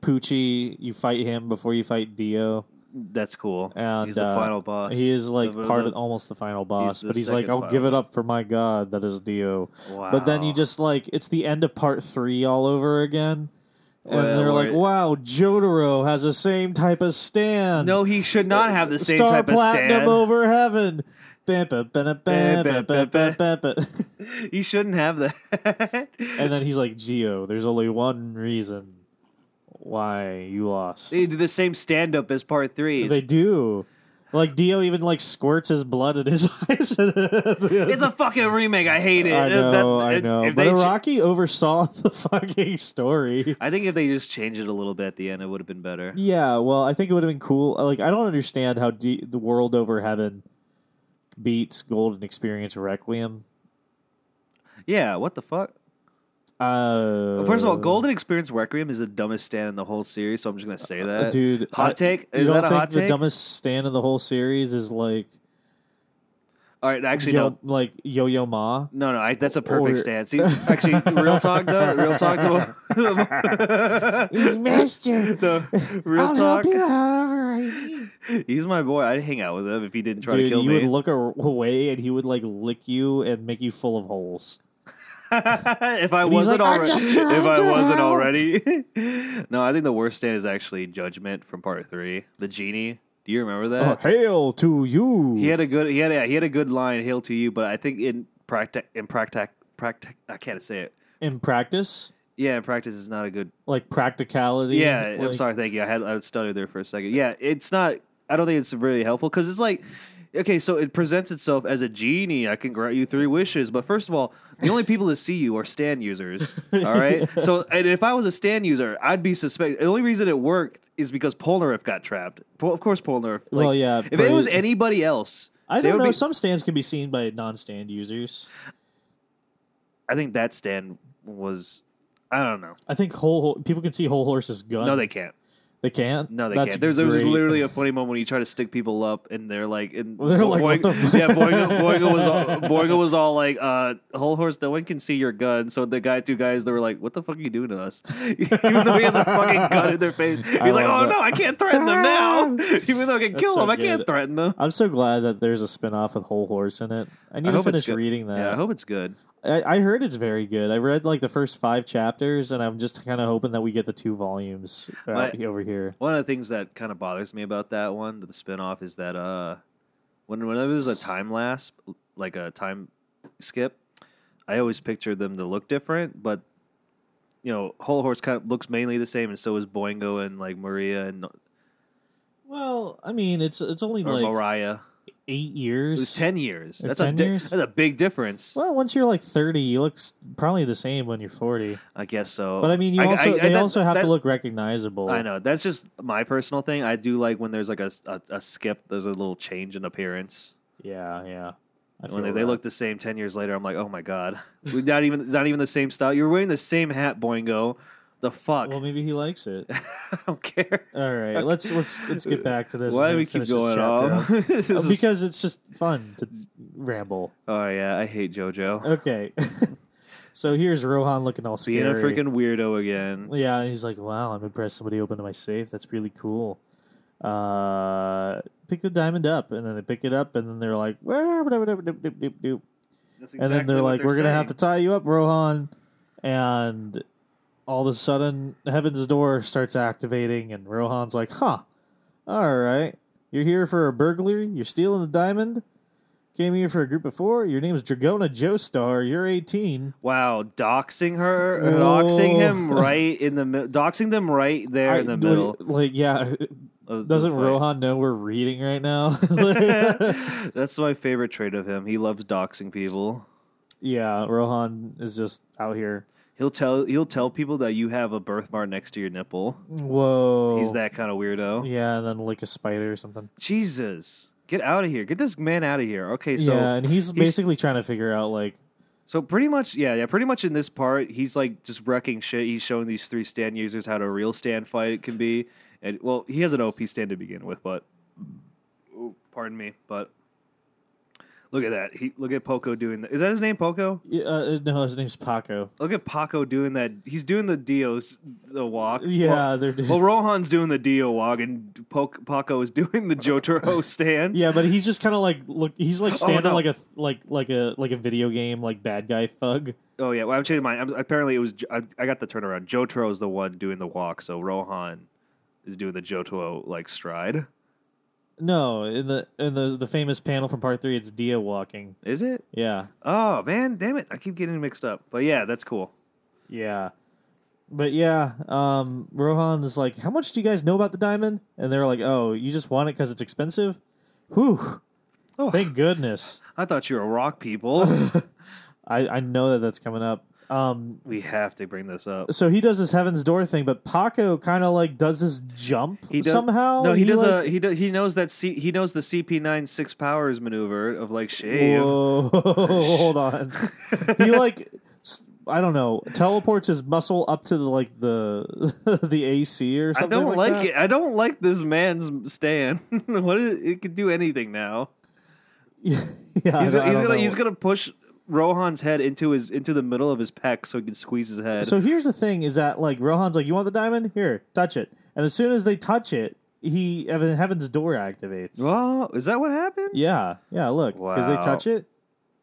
Speaker 2: Poochie, you fight him before you fight Dio.
Speaker 1: That's cool.
Speaker 2: And,
Speaker 1: he's the
Speaker 2: uh,
Speaker 1: final boss.
Speaker 2: He is like
Speaker 1: The- the-
Speaker 2: part of almost the final boss,
Speaker 1: the
Speaker 2: but he's like,
Speaker 1: second
Speaker 2: I'll give it
Speaker 1: final
Speaker 2: up for my god, that is Dio.
Speaker 1: Wow.
Speaker 2: But then you just like, it's the end of part three all over again. And
Speaker 1: Well,
Speaker 2: they're like,
Speaker 1: we're-
Speaker 2: wow, Jotaro has the same type of stand.
Speaker 1: no, he should not have the same
Speaker 2: Star
Speaker 1: type of
Speaker 2: Platinum
Speaker 1: stand.
Speaker 2: over heaven. Bam, bam, bam, bam, bam,
Speaker 1: bam,
Speaker 2: bam,
Speaker 1: bam,
Speaker 2: bam, bam.
Speaker 1: <laughs> He shouldn't have that.
Speaker 2: And then he's like, Geo, there's only one reason why you
Speaker 1: <laughs>
Speaker 2: lost.
Speaker 1: they do the same stand up as part three.
Speaker 2: They do. Like Dio even like squirts his blood in his <laughs> eyes.
Speaker 1: It's a fucking remake. I hate it.
Speaker 2: I know,
Speaker 1: That-
Speaker 2: I
Speaker 1: if-
Speaker 2: know.
Speaker 1: if
Speaker 2: But
Speaker 1: they ch-
Speaker 2: Iraqi oversaw <laughs> the fucking story.
Speaker 1: I think if they just changed it a little bit at the end, it would have been better.
Speaker 2: Yeah, well, I think it would have been cool. Like, I don't understand how D- the world over heaven beats Golden Experience Requiem.
Speaker 1: Yeah, what the fuck?
Speaker 2: Uh,
Speaker 1: First of all, Golden Experience Requiem is the dumbest stand in the whole series, so I'm just gonna say that.
Speaker 2: Uh, dude,
Speaker 1: uh, hot
Speaker 2: I-
Speaker 1: take?
Speaker 2: you
Speaker 1: Is
Speaker 2: don't
Speaker 1: that a
Speaker 2: think
Speaker 1: hot
Speaker 2: The
Speaker 1: take?
Speaker 2: dumbest stand of the whole series is like
Speaker 1: All right, actually,
Speaker 2: yo,
Speaker 1: no.
Speaker 2: like Yo Yo Ma.
Speaker 1: No, no, I, that's a perfect
Speaker 2: Or-
Speaker 1: stand. See,
Speaker 2: <laughs>
Speaker 1: actually, real talk though, real talk
Speaker 2: <laughs>
Speaker 1: though, <laughs>
Speaker 2: Master,
Speaker 1: no, real talk.
Speaker 2: however I
Speaker 1: He's my boy. I'd hang out with him if he didn't try
Speaker 2: Dude,
Speaker 1: to kill
Speaker 2: you
Speaker 1: me.
Speaker 2: would look a- away and he would like lick you and make you full of holes.
Speaker 1: <laughs> if I
Speaker 2: he's
Speaker 1: wasn't
Speaker 2: like, "I'm
Speaker 1: already,
Speaker 2: just
Speaker 1: if
Speaker 2: trying
Speaker 1: I
Speaker 2: to
Speaker 1: wasn't
Speaker 2: help."
Speaker 1: already, <laughs> no, I think the worst stand is actually Judgment from Part Three. The genie. Do you remember
Speaker 2: Oh,
Speaker 1: that?
Speaker 2: hail to you!
Speaker 1: Uh, He had a good. He had a, he had a good line. Hail to you! But I think in practice, in practice, practice, I can't say it.
Speaker 2: In practice,
Speaker 1: Yeah, in practice is not a good
Speaker 2: like practicality.
Speaker 1: Yeah, I'm
Speaker 2: like-
Speaker 1: sorry. Thank you. I had I stuttered there for a second. Yeah, it's not. I don't think it's really helpful because it's like, okay, so it presents itself as a genie. I can grant you three wishes, but first of all, the only people that see you are stand
Speaker 2: <laughs>
Speaker 1: users. All right. So, and if I was a stand user, I'd be suspect. The only reason it worked is because Polnareff got trapped. Po- of course, Polnareff. Like,
Speaker 2: Well, yeah,
Speaker 1: If it was
Speaker 2: but-
Speaker 1: anybody else,
Speaker 2: I
Speaker 1: they
Speaker 2: don't
Speaker 1: would
Speaker 2: know.
Speaker 1: be-
Speaker 2: Some stands can be seen by non-stand users.
Speaker 1: I think that stand was. I don't know.
Speaker 2: I think whole people can see whole horse's gun.
Speaker 1: No, they can't.
Speaker 2: they can't.
Speaker 1: No, they
Speaker 2: That's
Speaker 1: can't. There's, there's
Speaker 2: great.
Speaker 1: literally a funny moment when you try to stick people up, and they're like, and
Speaker 2: Well, <laughs> they're like, what
Speaker 1: <laughs>
Speaker 2: the fuck?
Speaker 1: yeah, Boingo, Boingo was all, Boingo was all like, uh, whole horse, no one can see your gun. So the guy, two guys, they were like, what the fuck are you doing to us? <laughs> Even though he has a fucking gun in their face, he's like,
Speaker 2: love
Speaker 1: oh
Speaker 2: that.
Speaker 1: no, I can't threaten them
Speaker 2: <laughs>
Speaker 1: now. <laughs> Even though I can
Speaker 2: That's
Speaker 1: kill
Speaker 2: so
Speaker 1: them, I can't
Speaker 2: good.
Speaker 1: threaten them.
Speaker 2: I'm so glad that there's a spin-off with whole horse in it. I need
Speaker 1: I
Speaker 2: to
Speaker 1: hope it's
Speaker 2: finish
Speaker 1: good.
Speaker 2: reading that.
Speaker 1: Yeah, I hope it's good.
Speaker 2: I, I heard it's very good. I read like the first five chapters, and I'm just kind of hoping that we get the two volumes
Speaker 1: My-
Speaker 2: out he- over here.
Speaker 1: One of the things that kind of bothers me about that one, the spinoff, is that uh, when whenever there's a time lapse, like a time skip, I always picture them to look different. But you know, Whole Horse kind of looks mainly the same, and so is Boingo and like Maria and or
Speaker 2: Well, I mean, it's it's only like
Speaker 1: Mariah.
Speaker 2: eight
Speaker 1: It
Speaker 2: years.
Speaker 1: was ten years.
Speaker 2: It's
Speaker 1: That's
Speaker 2: 10
Speaker 1: a di-
Speaker 2: years?
Speaker 1: that's a big difference.
Speaker 2: Well, once you're like thirty, you look s- probably the same when you're forty.
Speaker 1: Oh. I guess so.
Speaker 2: But I mean, you also they
Speaker 1: that-
Speaker 2: also have
Speaker 1: that-
Speaker 2: to look recognizable.
Speaker 1: I know that's just my personal thing. I do like when there's like a, a, a skip. There's a little change in appearance.
Speaker 2: Yeah, yeah. I
Speaker 1: when they,
Speaker 2: feel
Speaker 1: they
Speaker 2: that.
Speaker 1: look the same ten years later, I'm like, oh my god, <laughs> we not even it's not even the same style. You're wearing the same hat, Boingo. The fuck,
Speaker 2: Well, maybe he likes it.
Speaker 1: <laughs> I don't care.
Speaker 2: All right, let's let's let's get back to this.
Speaker 1: Why
Speaker 2: and
Speaker 1: do we keep
Speaker 2: finish this
Speaker 1: going
Speaker 2: chapter
Speaker 1: on? <laughs>
Speaker 2: up.
Speaker 1: This
Speaker 2: Uh,
Speaker 1: is-
Speaker 2: because it's just fun to ramble.
Speaker 1: oh yeah, I hate JoJo
Speaker 2: Okay, <laughs> so here's Rohan looking all
Speaker 1: being
Speaker 2: scary.
Speaker 1: a freaking weirdo again.
Speaker 2: Yeah, and he's like, "Wow, I'm impressed. Somebody opened my safe. That's really cool." Uh, pick the diamond up, and then they pick it up, and then they're like, "Wah, blah, blah, blah, blah, blah, blah, blah."
Speaker 1: That's
Speaker 2: and then they're like, "We're gonna have to tie you up, Rohan." And all of a sudden, Heaven's Door starts activating, and Rohan's like, huh, all right. You're here for a burglary? You're stealing the diamond? Came here for a group of four? Your name's Dragona Joestar. You're 18.
Speaker 1: Wow, doxing her, or doxing
Speaker 2: <laughs>
Speaker 1: him
Speaker 2: Oh.
Speaker 1: right in the middle, doxing them right there in the
Speaker 2: I-
Speaker 1: middle.
Speaker 2: Like, yeah,
Speaker 1: of the
Speaker 2: doesn't
Speaker 1: fight. <laughs>
Speaker 2: Rohan know we're reading right now? <laughs>
Speaker 1: That's my favorite trait of him. He loves doxing people.
Speaker 2: yeah, Rohan is just out here.
Speaker 1: He'll tell he'll tell people that you have a birthmark next to your nipple.
Speaker 2: Whoa.
Speaker 1: He's that kind of weirdo.
Speaker 2: Yeah, and then lick a spider or something.
Speaker 1: Jesus, get out of here! Get this man out of here. Okay, so
Speaker 2: yeah, and he's,
Speaker 1: he's-
Speaker 2: basically trying to figure out like,
Speaker 1: so pretty much yeah yeah pretty much in this part he's like just wrecking shit. He's showing these three stand users how to real stand fight can be, and well he has an OP stand to begin with, but oh, pardon me, but look at that. He look at Poco doing that. Is that his name, Poco?
Speaker 2: Yeah, uh, no, his name's Paco.
Speaker 1: Look at Paco doing that. He's doing the Dio's the walk. Well,
Speaker 2: Yeah, they're
Speaker 1: well, Rohan's doing the Dio walk, and Po- Paco is doing the Jotaro
Speaker 2: <laughs>
Speaker 1: stance.
Speaker 2: <laughs> yeah, but he's just kind of like look. He's like standing
Speaker 1: Oh, no.
Speaker 2: like a like like a like a video game like bad guy thug.
Speaker 1: Oh yeah. Well, I'm changing mine. I'm, apparently, it was J- I, I got the turnaround. Jotaro is the one doing the walk, so Rohan is doing the Jotaro like stride.
Speaker 2: No, in the in the the famous panel from part three, it's Dia walking.
Speaker 1: Is it?
Speaker 2: Yeah,
Speaker 1: Oh man, damn it! I keep getting mixed up. But yeah, that's cool.
Speaker 2: yeah, but yeah. Um, Rohan is like, "How much do you guys know about the diamond?" And they're like, "Oh, you just want it because it's expensive." Whew!
Speaker 1: Oh,
Speaker 2: Thank goodness.
Speaker 1: I thought you were rock
Speaker 2: <laughs>
Speaker 1: people.
Speaker 2: I I know that that's coming up. Um,
Speaker 1: we have to bring this up.
Speaker 2: so he does this heaven's door thing, but Paco kind of like does this jump
Speaker 1: He does,
Speaker 2: somehow.
Speaker 1: No, he, does
Speaker 2: like,
Speaker 1: a he do, he knows that C, he knows the CP9 six powers maneuver of like shave.
Speaker 2: Whoa, <laughs> hold on.
Speaker 1: <laughs>
Speaker 2: he like s- I don't know, teleports his muscle up to the like the <laughs> the AC or
Speaker 1: I
Speaker 2: something.
Speaker 1: don't like,
Speaker 2: that.
Speaker 1: it. I don't like this man's stand. <laughs> what is, it could do anything now.
Speaker 2: <laughs> yeah,
Speaker 1: He's,
Speaker 2: I don't- I
Speaker 1: he's
Speaker 2: don't
Speaker 1: gonna
Speaker 2: know.
Speaker 1: he's gonna push Rohan's head into his into the middle of his pec so he can squeeze his head.
Speaker 2: So here's the thing: is that like Rohan's like, you want the diamond? Here, touch it. And as soon as they touch it, he Heaven- Heaven's door activates.
Speaker 1: Whoa, Oh, is that what happened?
Speaker 2: Yeah, yeah. Look, because
Speaker 1: Wow.
Speaker 2: they touch it,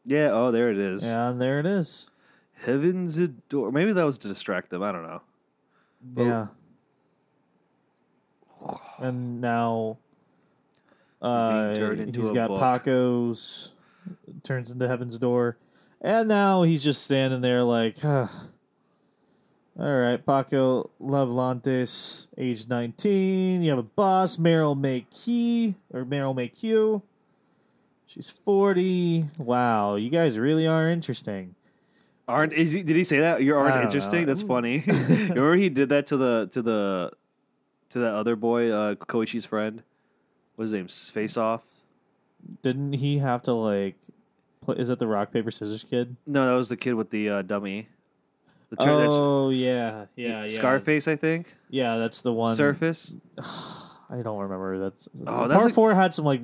Speaker 1: Yeah. Oh, there it is.
Speaker 2: yeah, and there it is.
Speaker 1: Heaven's a door. Maybe that was to distract him. I don't know. But-
Speaker 2: Yeah. And now uh,
Speaker 1: turned into
Speaker 2: he's
Speaker 1: a
Speaker 2: got
Speaker 1: book.
Speaker 2: Paco's turns into Heaven's Door. And now he's just standing there like <sighs> "Huh. All right, Paco Lavlantes, age 19. You have a boss, Meryl Makey, or Meryl Makeu. She's 40. Wow, you guys really are interesting.
Speaker 1: Aren't is he, did he say that? You
Speaker 2: I
Speaker 1: aren't
Speaker 2: don't
Speaker 1: interesting.
Speaker 2: know.
Speaker 1: That's
Speaker 2: <laughs>
Speaker 1: funny. <laughs> Remember he did that to the to the to that other boy, uh, Koichi's friend. What's his name? Face Off.
Speaker 2: Didn't he have to, like, play, is that the rock, paper, scissors kid?
Speaker 1: No, that was the kid with the uh, dummy. The tur- that's-
Speaker 2: Oh yeah, yeah, yeah.
Speaker 1: Scarface, I think.
Speaker 2: Yeah, that's the one.
Speaker 1: Surface.
Speaker 2: <sighs> I don't remember. That's,
Speaker 1: Oh, that's
Speaker 2: part
Speaker 1: a-
Speaker 2: four had some like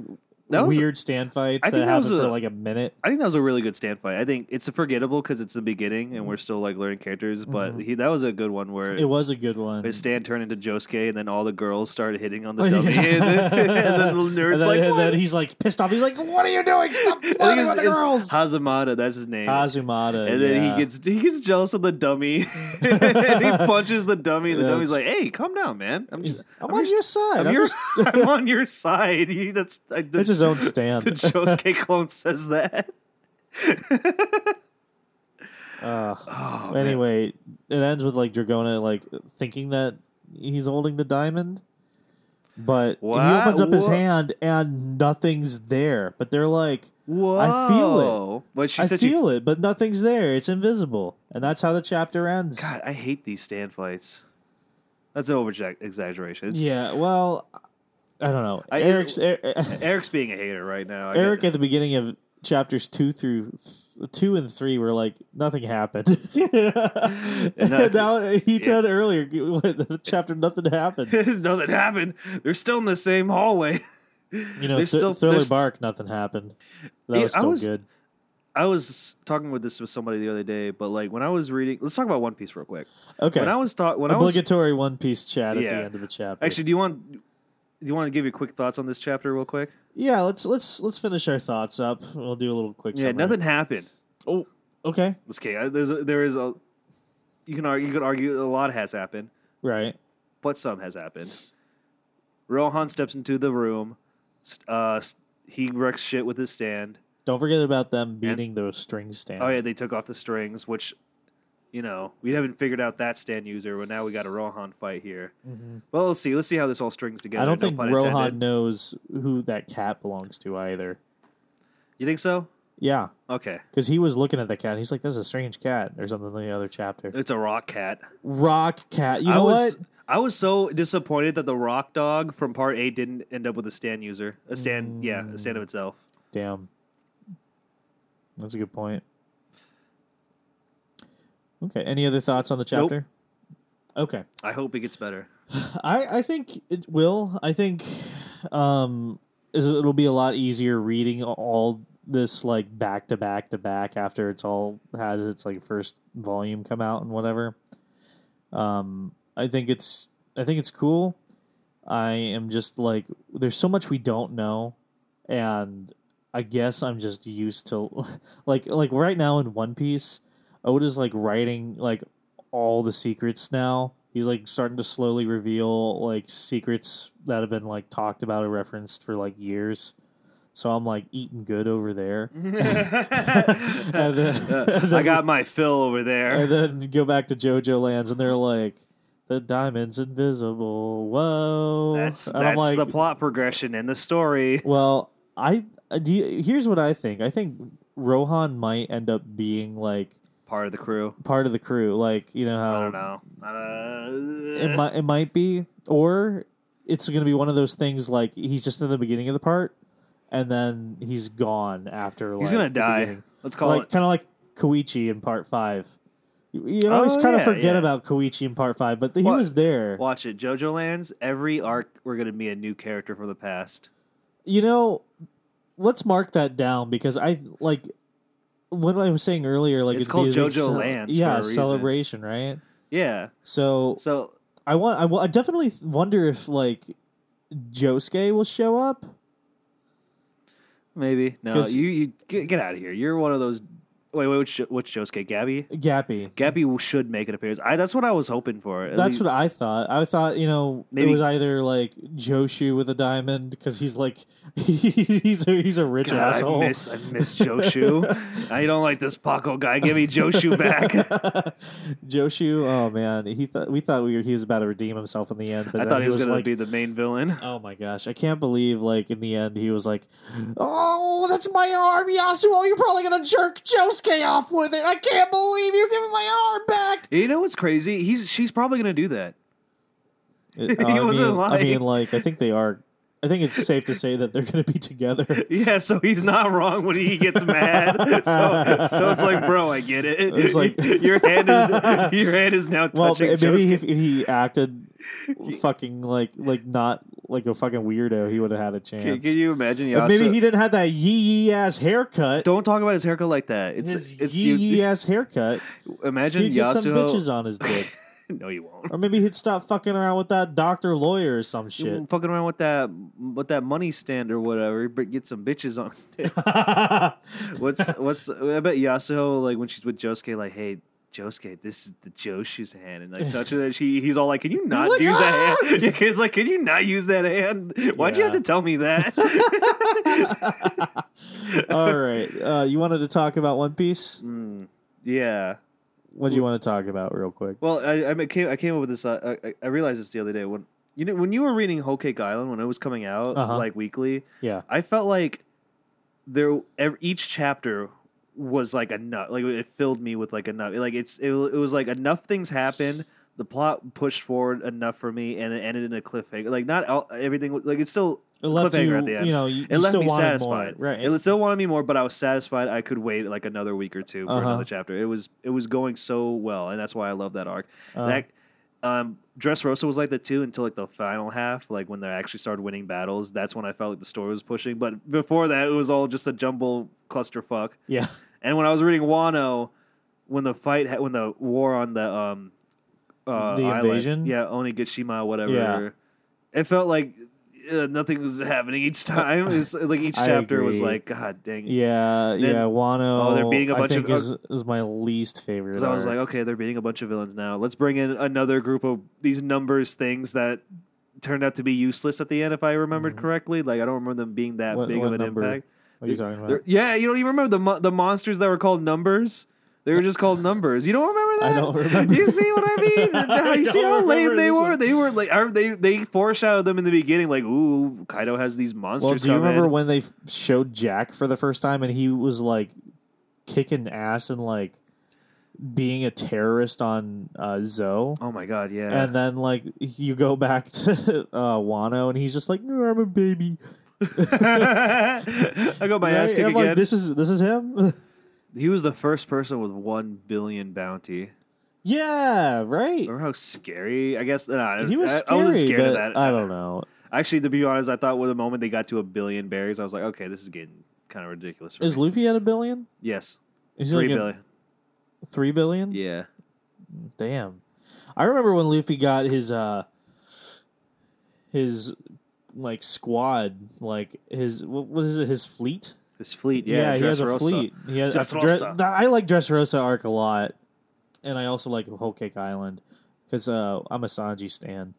Speaker 1: That was a-
Speaker 2: weird stand fights
Speaker 1: I
Speaker 2: that
Speaker 1: think that
Speaker 2: happened
Speaker 1: was
Speaker 2: for
Speaker 1: a-
Speaker 2: like a minute.
Speaker 1: I think that was a really good stand fight. I think it's forgettable because it's the beginning and we're still like learning characters. But
Speaker 2: Mhm.
Speaker 1: he that was a good one where
Speaker 2: Mm-hmm. It was a good one.
Speaker 1: his stand turned into Josuke and then all the girls started hitting on the
Speaker 2: Oh, <laughs> yeah.
Speaker 1: dummy <laughs> and, then, and then the little nerd's
Speaker 2: <laughs> And then-
Speaker 1: like
Speaker 2: and
Speaker 1: what?
Speaker 2: then he's like pissed off. He's like, "What are you doing?
Speaker 1: <laughs>
Speaker 2: Stop
Speaker 1: I think
Speaker 2: flirting
Speaker 1: it's-
Speaker 2: with the
Speaker 1: it's
Speaker 2: girls."
Speaker 1: Hazumata, that's his name.
Speaker 2: Azumata.
Speaker 1: and then
Speaker 2: yeah.
Speaker 1: he gets he gets jealous of the dummy. <laughs> and
Speaker 2: <laughs>
Speaker 1: he punches the dummy. and The
Speaker 2: Yeah,
Speaker 1: dummy's like,
Speaker 2: it's-
Speaker 1: "Hey, calm down, man. I'm <laughs> just,
Speaker 2: I'm,
Speaker 1: I'm
Speaker 2: on
Speaker 1: just-
Speaker 2: your side.
Speaker 1: I'm,
Speaker 2: I'm
Speaker 1: your,
Speaker 2: just-
Speaker 1: <laughs> I'm on your side." He, that's I, <laughs> the,
Speaker 2: it's his own
Speaker 1: the
Speaker 2: stand.
Speaker 1: Josuke clone says that.
Speaker 2: <laughs> Ugh.
Speaker 1: Oh, man.
Speaker 2: <laughs> anyway, it ends with like Dragona like thinking that he's holding the diamond, but
Speaker 1: Wha-
Speaker 2: he opens up his
Speaker 1: wha-
Speaker 2: hand and nothing's there. But they're like,
Speaker 1: Whoa.
Speaker 2: feel it.
Speaker 1: But she
Speaker 2: I
Speaker 1: said
Speaker 2: feel it, but nothing's there. It's invisible, and that's how the chapter ends.
Speaker 1: she, God, I hate these stand fights. That's an over exaggeration. It's-
Speaker 2: Yeah, well, I don't know.
Speaker 1: I-
Speaker 2: Eric's
Speaker 1: is-
Speaker 2: Er-
Speaker 1: Eric's being a hater right now. I get
Speaker 2: <laughs> Eric
Speaker 1: it.
Speaker 2: at the beginning of chapters two through th- two and three were like
Speaker 1: <laughs>
Speaker 2: nothing happened. <laughs>
Speaker 1: if-
Speaker 2: now he said earlier <laughs> the chapter nothing
Speaker 1: <laughs>
Speaker 2: happened.
Speaker 1: nothing happened. They're still in the same hallway. <laughs>
Speaker 2: You know,
Speaker 1: They're
Speaker 2: th-
Speaker 1: still-
Speaker 2: Thriller
Speaker 1: they're s-
Speaker 2: Bark, nothing happened. That
Speaker 1: Yeah,
Speaker 2: was
Speaker 1: I
Speaker 2: still
Speaker 1: was-
Speaker 2: good.
Speaker 1: I was talking with this with somebody the other day, but like when I was reading, let's talk about One Piece real quick.
Speaker 2: Okay,
Speaker 1: When I was talking, when I was
Speaker 2: obligatory One Piece chat at
Speaker 1: Yeah.
Speaker 2: the end of the chapter.
Speaker 1: actually, do you want do you want to give your quick thoughts on this chapter real quick?
Speaker 2: yeah, let's let's let's finish our thoughts up. We'll do a little quick.
Speaker 1: Yeah, oh.
Speaker 2: summary.
Speaker 1: nothing happened.
Speaker 2: Okay.
Speaker 1: Let's okay. I, there's a, there is a you can argue, you could argue a lot has happened,
Speaker 2: Right.
Speaker 1: but some has happened. Rohan steps into the room. st- Uh, s- he wrecks shit with his stand.
Speaker 2: Don't forget about them beating those string stands.
Speaker 1: Oh yeah, they took off the strings, which you know we haven't figured out that stand user. But now we got a Rohan fight here.
Speaker 2: Mhm.
Speaker 1: Well, let's see. Let's see how this all strings together.
Speaker 2: I don't
Speaker 1: no
Speaker 2: think
Speaker 1: pun
Speaker 2: Rohan
Speaker 1: intended.
Speaker 2: knows who that cat belongs to either.
Speaker 1: You think so?
Speaker 2: Yeah,
Speaker 1: Okay,
Speaker 2: because he was looking at the cat. And he's like, "That's a strange cat," or something in the other chapter.
Speaker 1: it's a rock cat.
Speaker 2: Rock cat. You
Speaker 1: Uh, I
Speaker 2: know
Speaker 1: was,
Speaker 2: what?
Speaker 1: I was so disappointed that the rock dog from part eight didn't end up with a stand user. A stand, yeah, a
Speaker 2: Mm.
Speaker 1: stand of itself.
Speaker 2: Damn. That's a good point. Okay. Any other thoughts on the
Speaker 1: Nope.
Speaker 2: chapter? Okay.
Speaker 1: I hope it gets better.
Speaker 2: <sighs> I, I think it will. I think um, is- it'll be a lot easier reading all this like back to back to back after it's all has its like first volume come out and whatever. Um, I think it's I think it's cool. I am just like there's so much we don't know, and I guess I'm just used to <laughs> like like right now in One Piece, Oda's like writing like all the secrets now. He's like starting to slowly reveal like secrets that have been like talked about or referenced for like years. So I'm like eating good over there.
Speaker 1: Mm-hmm.
Speaker 2: And then- and
Speaker 1: I
Speaker 2: then-
Speaker 1: got my fill over there.
Speaker 2: <laughs> and then go back to JoJo lands, and they're like, "The diamond's invisible." Whoa,
Speaker 1: That's
Speaker 2: And I'm
Speaker 1: that's
Speaker 2: like,
Speaker 1: the plot progression in the story.
Speaker 2: Well, I uh, do. You, here's what I think. I think Rohan might end up being like
Speaker 1: Part of the crew.
Speaker 2: part of the crew. Like you know how
Speaker 1: I don't know.
Speaker 2: it
Speaker 1: Uh,
Speaker 2: might it might be, or it's going to be one of those things like he's just in the beginning of the part, and then he's gone after.
Speaker 1: he's
Speaker 2: like,
Speaker 1: gonna
Speaker 2: the
Speaker 1: die.
Speaker 2: beginning.
Speaker 1: Let's call
Speaker 2: like
Speaker 1: it.
Speaker 2: kind of like Koichi in part five. You, you always
Speaker 1: Oh,
Speaker 2: kind of
Speaker 1: yeah,
Speaker 2: forget
Speaker 1: yeah.
Speaker 2: about Koichi in part five, but he
Speaker 1: Well,
Speaker 2: was there.
Speaker 1: Watch it, JoJo Lands. Every arc, we're gonna be a new character from the past.
Speaker 2: you know, let's mark that down because I like when I was saying earlier, like
Speaker 1: It's
Speaker 2: it'd be
Speaker 1: called
Speaker 2: a big
Speaker 1: JoJo
Speaker 2: cel-
Speaker 1: Lance for a
Speaker 2: yeah,
Speaker 1: reason.
Speaker 2: celebration, right?
Speaker 1: Yeah.
Speaker 2: So
Speaker 1: So
Speaker 2: I want, I, wa- I definitely th- wonder if like Josuke will show up.
Speaker 1: maybe no.
Speaker 2: 'Cause-
Speaker 1: You you get, get out of here. You're one of those. Wait wait. Which which Josuke? Gabby.
Speaker 2: Gappy.
Speaker 1: Gabby should make an appearance. I that's what I was hoping for. at
Speaker 2: That's
Speaker 1: least.
Speaker 2: what I thought. I thought you know
Speaker 1: Maybe-
Speaker 2: it was either like Joshu with a diamond because he's like <laughs> he's a, he's a rich
Speaker 1: God,
Speaker 2: asshole.
Speaker 1: I miss I miss
Speaker 2: <laughs>
Speaker 1: Joshu. I don't like this Paco guy. Give me Joshu back.
Speaker 2: <laughs> Joshu, oh man, he thought we thought we were, he was about to redeem himself in the end. But
Speaker 1: I
Speaker 2: then
Speaker 1: thought he was, gonna
Speaker 2: like,
Speaker 1: be the main villain.
Speaker 2: Oh my gosh, I can't believe like in the end he was like,
Speaker 1: Mm.
Speaker 2: "Oh, that's my arm, Yasuo. You're probably gonna jerk Josuke off with it. I can't believe you're giving my arm back."
Speaker 1: You know what's crazy? He's she's probably gonna do that.
Speaker 2: It-
Speaker 1: <laughs> He
Speaker 2: I
Speaker 1: wasn't
Speaker 2: mean, I
Speaker 1: lying.
Speaker 2: mean, like I think they are. I think it's safe to say that they're gonna be together.
Speaker 1: Yeah, so he's not wrong when he gets
Speaker 2: <laughs>
Speaker 1: mad. so so it's like, bro, I get it.
Speaker 2: It's like-
Speaker 1: <laughs> your hand
Speaker 2: <laughs>
Speaker 1: is your hand is now
Speaker 2: Well,
Speaker 1: touching
Speaker 2: ma- maybe
Speaker 1: Josuke.
Speaker 2: if, if he
Speaker 1: <laughs>
Speaker 2: acted fucking like like not like a fucking weirdo, he would have had a chance.
Speaker 1: Can, can you imagine?
Speaker 2: But
Speaker 1: Yasuo?
Speaker 2: maybe he didn't have that yee yee ass haircut.
Speaker 1: don't talk about his haircut like that. It's
Speaker 2: his
Speaker 1: it's
Speaker 2: yee yee
Speaker 1: you,
Speaker 2: ass haircut.
Speaker 1: imagine
Speaker 2: He'd get
Speaker 1: Yasuo.
Speaker 2: some bitches on his dick.
Speaker 1: <laughs> no, you won't.
Speaker 2: Or maybe he'd stop fucking around with that doctor lawyer or some
Speaker 1: You
Speaker 2: shit.
Speaker 1: Fucking around with that with that money stand or whatever, but get some bitches on his dick. <laughs>
Speaker 2: <laughs>
Speaker 1: What's what's I bet Yasuo like when she's with Josuke like hey Josuke this is the Joshu's hand and like touch her that she he's all like can you not
Speaker 2: like,
Speaker 1: use
Speaker 2: "Ah!"
Speaker 1: that hand <laughs> he's like can you not use that hand why'd you have
Speaker 2: Yeah.
Speaker 1: to tell me that
Speaker 2: <laughs>
Speaker 1: <laughs>
Speaker 2: All right. Uh, you wanted to talk about One Piece?
Speaker 1: Mm, yeah
Speaker 2: What do you want to talk about real quick?
Speaker 1: well I I mean, came I came up with this uh, I, I realized this the other day when you know when you were reading Whole Cake Island when it was coming out
Speaker 2: Uh-huh.
Speaker 1: like weekly
Speaker 2: Yeah.
Speaker 1: I felt like there ev- each chapter was like enough. Like it filled me with like enough. Like it's it, wa- it was like enough things happened. The plot pushed forward enough for me, and it ended in a cliffhanger. Like not all, everything. was- Like it's still
Speaker 2: It left
Speaker 1: cliffhanger
Speaker 2: you,
Speaker 1: at the end.
Speaker 2: you know, you,
Speaker 1: it
Speaker 2: you
Speaker 1: left
Speaker 2: still
Speaker 1: me
Speaker 2: wanted
Speaker 1: satisfied.
Speaker 2: more. Right.
Speaker 1: It still wanted me more, but I was satisfied. I could wait like another week or two for
Speaker 2: Uh-huh.
Speaker 1: another chapter. It was it was going so well, and that's why I love that arc.
Speaker 2: Uh,
Speaker 1: That um, Dress Rosa was like that too until like the final half, like when they actually started winning battles. That's when I felt like the story was pushing. But before that, it was all just a jumble clusterfuck.
Speaker 2: yeah.
Speaker 1: And when I was reading Wano, when the fight, ha- when the war on the um, uh,
Speaker 2: The
Speaker 1: island-
Speaker 2: invasion?
Speaker 1: yeah, Onigashima, whatever,
Speaker 2: Yeah.
Speaker 1: it felt like uh, nothing was <laughs> happening each time. It's like each
Speaker 2: I
Speaker 1: chapter was
Speaker 2: agree.
Speaker 1: like, God dang. it.
Speaker 2: Yeah,
Speaker 1: Then-
Speaker 2: yeah. Wano.
Speaker 1: oh, they're beating a
Speaker 2: I
Speaker 1: bunch of-
Speaker 2: think is, is my least favorite.
Speaker 1: Because I was
Speaker 2: arc.
Speaker 1: like, okay, they're beating a bunch of villains now. Let's bring in another group of these numbers things that turned out to be useless at the end, if I remembered
Speaker 2: Mhm.
Speaker 1: correctly. Like I don't remember them being that
Speaker 2: What-
Speaker 1: big
Speaker 2: what
Speaker 1: of an
Speaker 2: number?
Speaker 1: impact.
Speaker 2: what are you talking
Speaker 1: They're-
Speaker 2: about?
Speaker 1: Yeah, you don't even remember the mo- the monsters that were called numbers. They were just called numbers. You don't remember
Speaker 2: I
Speaker 1: that?
Speaker 2: don't remember.
Speaker 1: You see what I mean?
Speaker 2: <laughs> I
Speaker 1: you see
Speaker 2: don't
Speaker 1: how lame
Speaker 2: remember
Speaker 1: they
Speaker 2: this
Speaker 1: were?
Speaker 2: one.
Speaker 1: They were like are they they foreshadowed them in the beginning, like, ooh, Kaido has these monsters.
Speaker 2: Well, do you
Speaker 1: coming.
Speaker 2: remember when they f- showed Jack for the first time and he was like kicking ass and like being a terrorist on uh, Zoe?
Speaker 1: Oh my god, yeah.
Speaker 2: And then like you go back <laughs> to uh, Wano and he's just like, no, I'm a baby.
Speaker 1: <laughs> I got my ass
Speaker 2: Right?
Speaker 1: kicked
Speaker 2: I'm like,
Speaker 1: again.
Speaker 2: this is this is him. <laughs>
Speaker 1: he was the first person with one billion bounty.
Speaker 2: yeah, right.
Speaker 1: Remember how scary? I guess nah,
Speaker 2: He was
Speaker 1: I,
Speaker 2: scary,
Speaker 1: I wasn't scared
Speaker 2: but
Speaker 1: of that.
Speaker 2: I don't know.
Speaker 1: Actually, to be honest, I thought with the moment they got to a billion berries, I was like, okay, this is getting kind of ridiculous. For
Speaker 2: Is
Speaker 1: me.
Speaker 2: Luffy at a billion?
Speaker 1: yes,
Speaker 2: Is
Speaker 1: three
Speaker 2: like at
Speaker 1: billion.
Speaker 2: Three billion?
Speaker 1: Yeah.
Speaker 2: Damn. I remember when Luffy got his uh his like squad, like his what, what is it? His fleet?
Speaker 1: His fleet, yeah,
Speaker 2: he has a
Speaker 1: Dressrosa.
Speaker 2: fleet. He has, uh,
Speaker 1: Dressrosa.
Speaker 2: Dre- I like Dressrosa arc a lot, and I also like Whole Cake Island because uh, I'm a Sanji stan.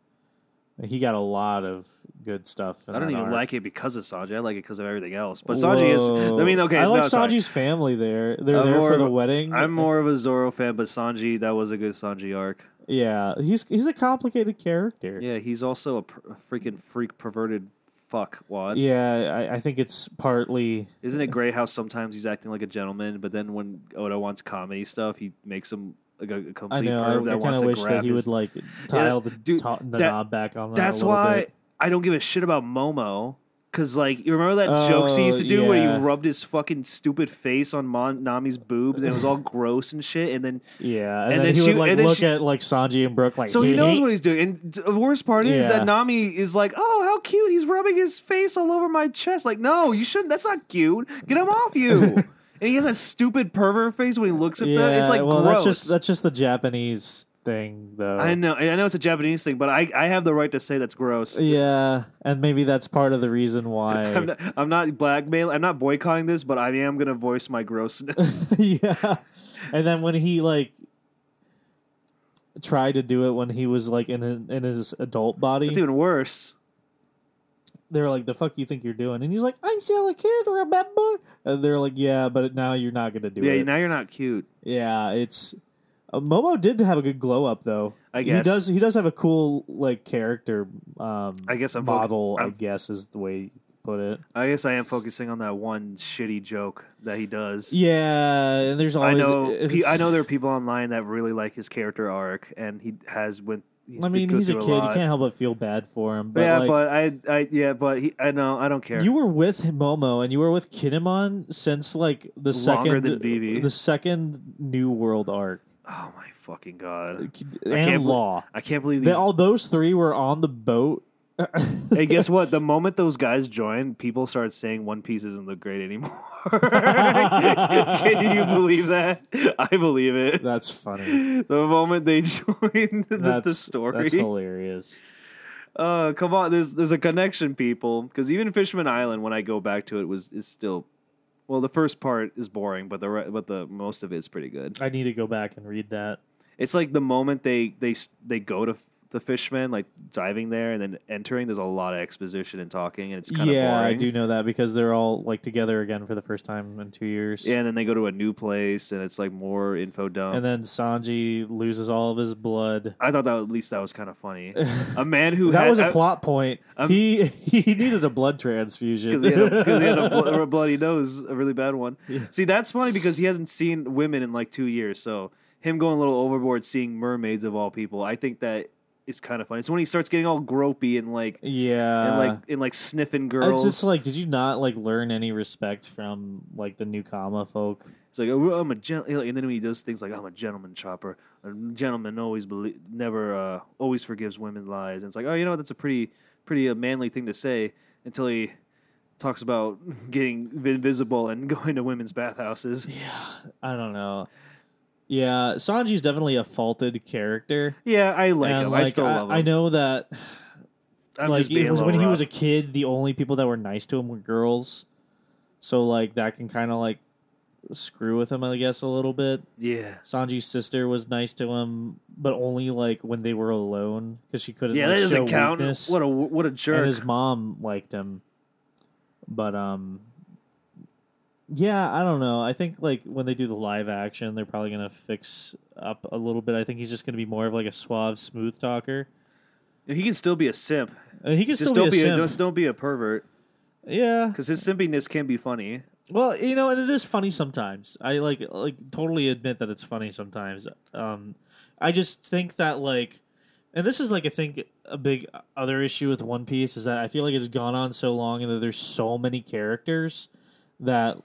Speaker 2: He got a lot of good stuff. in
Speaker 1: I don't
Speaker 2: that
Speaker 1: even
Speaker 2: arc.
Speaker 1: like it because of Sanji. I like it because of everything else. But Sanji is.
Speaker 2: Whoa.
Speaker 1: I mean, okay,
Speaker 2: I like
Speaker 1: no, sorry.
Speaker 2: Sanji's family there. They're
Speaker 1: I'm
Speaker 2: there
Speaker 1: more
Speaker 2: for
Speaker 1: of
Speaker 2: the
Speaker 1: a-
Speaker 2: wedding.
Speaker 1: I'm more of a Zoro fan, but Sanji, that was a good Sanji arc.
Speaker 2: Yeah, he's he's a complicated character.
Speaker 1: Yeah, he's also a, pr- a freaking freak, perverted fuck wad.
Speaker 2: Yeah, I, I think it's partly.
Speaker 1: Isn't it great how sometimes he's acting like a gentleman, but then when Oda wants comedy stuff, he makes him like a, a complete
Speaker 2: I know.
Speaker 1: perv
Speaker 2: I,
Speaker 1: that
Speaker 2: kind
Speaker 1: wants
Speaker 2: of
Speaker 1: to
Speaker 2: wish
Speaker 1: grab
Speaker 2: that he
Speaker 1: his-
Speaker 2: would like tile the,
Speaker 1: dude,
Speaker 2: to- the
Speaker 1: that-
Speaker 2: knob back on. that a
Speaker 1: That's
Speaker 2: little
Speaker 1: why
Speaker 2: bit.
Speaker 1: I don't give a shit about Momo. Cause like you remember that jokes he used to
Speaker 2: Oh,
Speaker 1: do where
Speaker 2: yeah.
Speaker 1: he rubbed his fucking stupid face on Mon- Nami's boobs and it was all gross and shit, and then
Speaker 2: Yeah,
Speaker 1: And
Speaker 2: and, then,
Speaker 1: then
Speaker 2: he
Speaker 1: she-
Speaker 2: would like
Speaker 1: and then
Speaker 2: look
Speaker 1: she-
Speaker 2: at like Sanji and Brooke like.
Speaker 1: so he
Speaker 2: "Hey,
Speaker 1: knows
Speaker 2: hey."
Speaker 1: what he's doing. And t- the worst part is
Speaker 2: Yeah.
Speaker 1: that Nami is like, "Oh, how cute! He's rubbing his face all over my chest." Like, no, you shouldn't. That's not cute. Get him off
Speaker 2: <laughs>
Speaker 1: you. and he has that stupid pervert face when he looks at
Speaker 2: Yeah,
Speaker 1: them. It's like
Speaker 2: well,
Speaker 1: gross.
Speaker 2: that's just that's just the Japanese thing, though.
Speaker 1: I know. I know it's a Japanese thing, but I, I have the right to say that's gross.
Speaker 2: Yeah, and maybe that's part of the reason
Speaker 1: <laughs> I'm
Speaker 2: why.
Speaker 1: not, I'm not blackmail. I'm not boycotting this, but I am gonna voice my
Speaker 2: <laughs>
Speaker 1: grossness.
Speaker 2: <laughs> yeah, and then when he like tried to do it when he was like in a, in his adult body,
Speaker 1: It's even worse.
Speaker 2: they're like, "The fuck you think you're doing?" And he's like, "I'm still a kid, remember?" And they're like, "Yeah, but now you're not gonna do
Speaker 1: yeah,
Speaker 2: it."
Speaker 1: now you're not cute.
Speaker 2: yeah, it's uh, Momo did have a good glow up though.
Speaker 1: I guess.
Speaker 2: he does. He does have a cool like character. Um,
Speaker 1: I guess I'm voc-
Speaker 2: model. I
Speaker 1: I'm-
Speaker 2: guess is the way you put it.
Speaker 1: I guess I am focusing on that one shitty joke that he does.
Speaker 2: Yeah, and there's
Speaker 1: I
Speaker 2: always.
Speaker 1: know.
Speaker 2: it's-
Speaker 1: pe- I know there are people online that really like his character arc, and he has went. he
Speaker 2: I
Speaker 1: did
Speaker 2: mean,
Speaker 1: go
Speaker 2: he's a
Speaker 1: through
Speaker 2: kid. you
Speaker 1: lot.
Speaker 2: can't help but feel bad for him. But
Speaker 1: yeah,
Speaker 2: like,
Speaker 1: but I, I, yeah, but he, I know. I don't care.
Speaker 2: You were with Momo and you were with Kinemon since like
Speaker 1: Longer
Speaker 2: the second
Speaker 1: than BB.
Speaker 2: the second New World arc
Speaker 1: oh my fucking god! can't
Speaker 2: and Law.
Speaker 1: I can't believe
Speaker 2: They,
Speaker 1: these.
Speaker 2: all those three were on the boat.
Speaker 1: hey,
Speaker 2: <laughs>
Speaker 1: guess what? The moment those guys joined, people started saying One Piece isn't the great anymore. <laughs>
Speaker 2: <laughs>
Speaker 1: Can you believe that? I believe it.
Speaker 2: That's funny.
Speaker 1: the moment they joined <laughs> the,
Speaker 2: That's
Speaker 1: the story.
Speaker 2: That's hilarious.
Speaker 1: Uh, come on, there's there's a connection, people. Because even Fisherman Island, when I go back to it, was is still, well, the first part is boring, but the re- but the most of it is pretty good.
Speaker 2: I need to go back and read that.
Speaker 1: It's like the moment they they s- they go to the Fishman, like diving there and then entering. There's a lot of exposition and talking, and it's kind
Speaker 2: yeah,
Speaker 1: of boring.
Speaker 2: I do know that because they're all like together again for the first time in two years.
Speaker 1: Yeah, and then they go to a new place, and it's like more info dump.
Speaker 2: And then Sanji loses all of his blood.
Speaker 1: I thought that at least that was kind of
Speaker 2: <laughs>
Speaker 1: funny. a man who
Speaker 2: that
Speaker 1: had,
Speaker 2: was a
Speaker 1: I-
Speaker 2: plot point.
Speaker 1: I'm-
Speaker 2: he <laughs> he needed a blood transfusion
Speaker 1: because he had, a, <laughs> 'cause he had a,
Speaker 2: <laughs>
Speaker 1: bl- a bloody nose, a really bad one.
Speaker 2: Yeah.
Speaker 1: See, that's funny because he hasn't seen women in like two years. So him going a little overboard, seeing mermaids of all people, I think that is kind of funny. It's when he starts getting all gropey and like
Speaker 2: yeah,
Speaker 1: and like and like sniffing
Speaker 2: it's
Speaker 1: girls. It's,
Speaker 2: just like, did you not like learn any respect from like the new Kama folk?
Speaker 1: like oh, I'm a gen-, and then when he does things like I'm a gentleman chopper. A gentleman always belie- never uh, always forgives women lies. And it's like oh, you know what? that's a pretty pretty uh, manly thing to say until he. Talks about <laughs> getting invisible and <laughs> going to women's bathhouses.
Speaker 2: Yeah, I don't know. Yeah, Sanji's definitely a faulted character.
Speaker 1: Yeah, I like
Speaker 2: And,
Speaker 1: him. I still love him.
Speaker 2: I know that
Speaker 1: I'm
Speaker 2: like
Speaker 1: just being
Speaker 2: it was
Speaker 1: a
Speaker 2: when
Speaker 1: little
Speaker 2: he was a
Speaker 1: rough.
Speaker 2: kid, the only people that were nice to him were girls. So like that can kind of like screw with him, I guess, a little bit.
Speaker 1: yeah.
Speaker 2: Sanji's sister was nice to him, but only like when they were alone because she couldn't.
Speaker 1: Yeah,
Speaker 2: like,
Speaker 1: that
Speaker 2: show
Speaker 1: doesn't count.
Speaker 2: weakness.
Speaker 1: What a what a jerk.
Speaker 2: And his mom liked him, but um, yeah, I don't know. I think like when they do the live action, they're probably gonna fix up a little bit. I think he's just gonna be more of like a suave, smooth talker.
Speaker 1: he can still be a simp.
Speaker 2: Uh, He can
Speaker 1: Just
Speaker 2: still
Speaker 1: don't
Speaker 2: be a, simp.
Speaker 1: just don't be a pervert
Speaker 2: yeah,
Speaker 1: because his simpiness can be funny.
Speaker 2: Well, you know, and it is funny sometimes. I like like totally admit that it's funny sometimes. Um, I just think that like, and this is like I think a big other issue with One Piece is that I feel like it's gone on so long and that there's so many characters that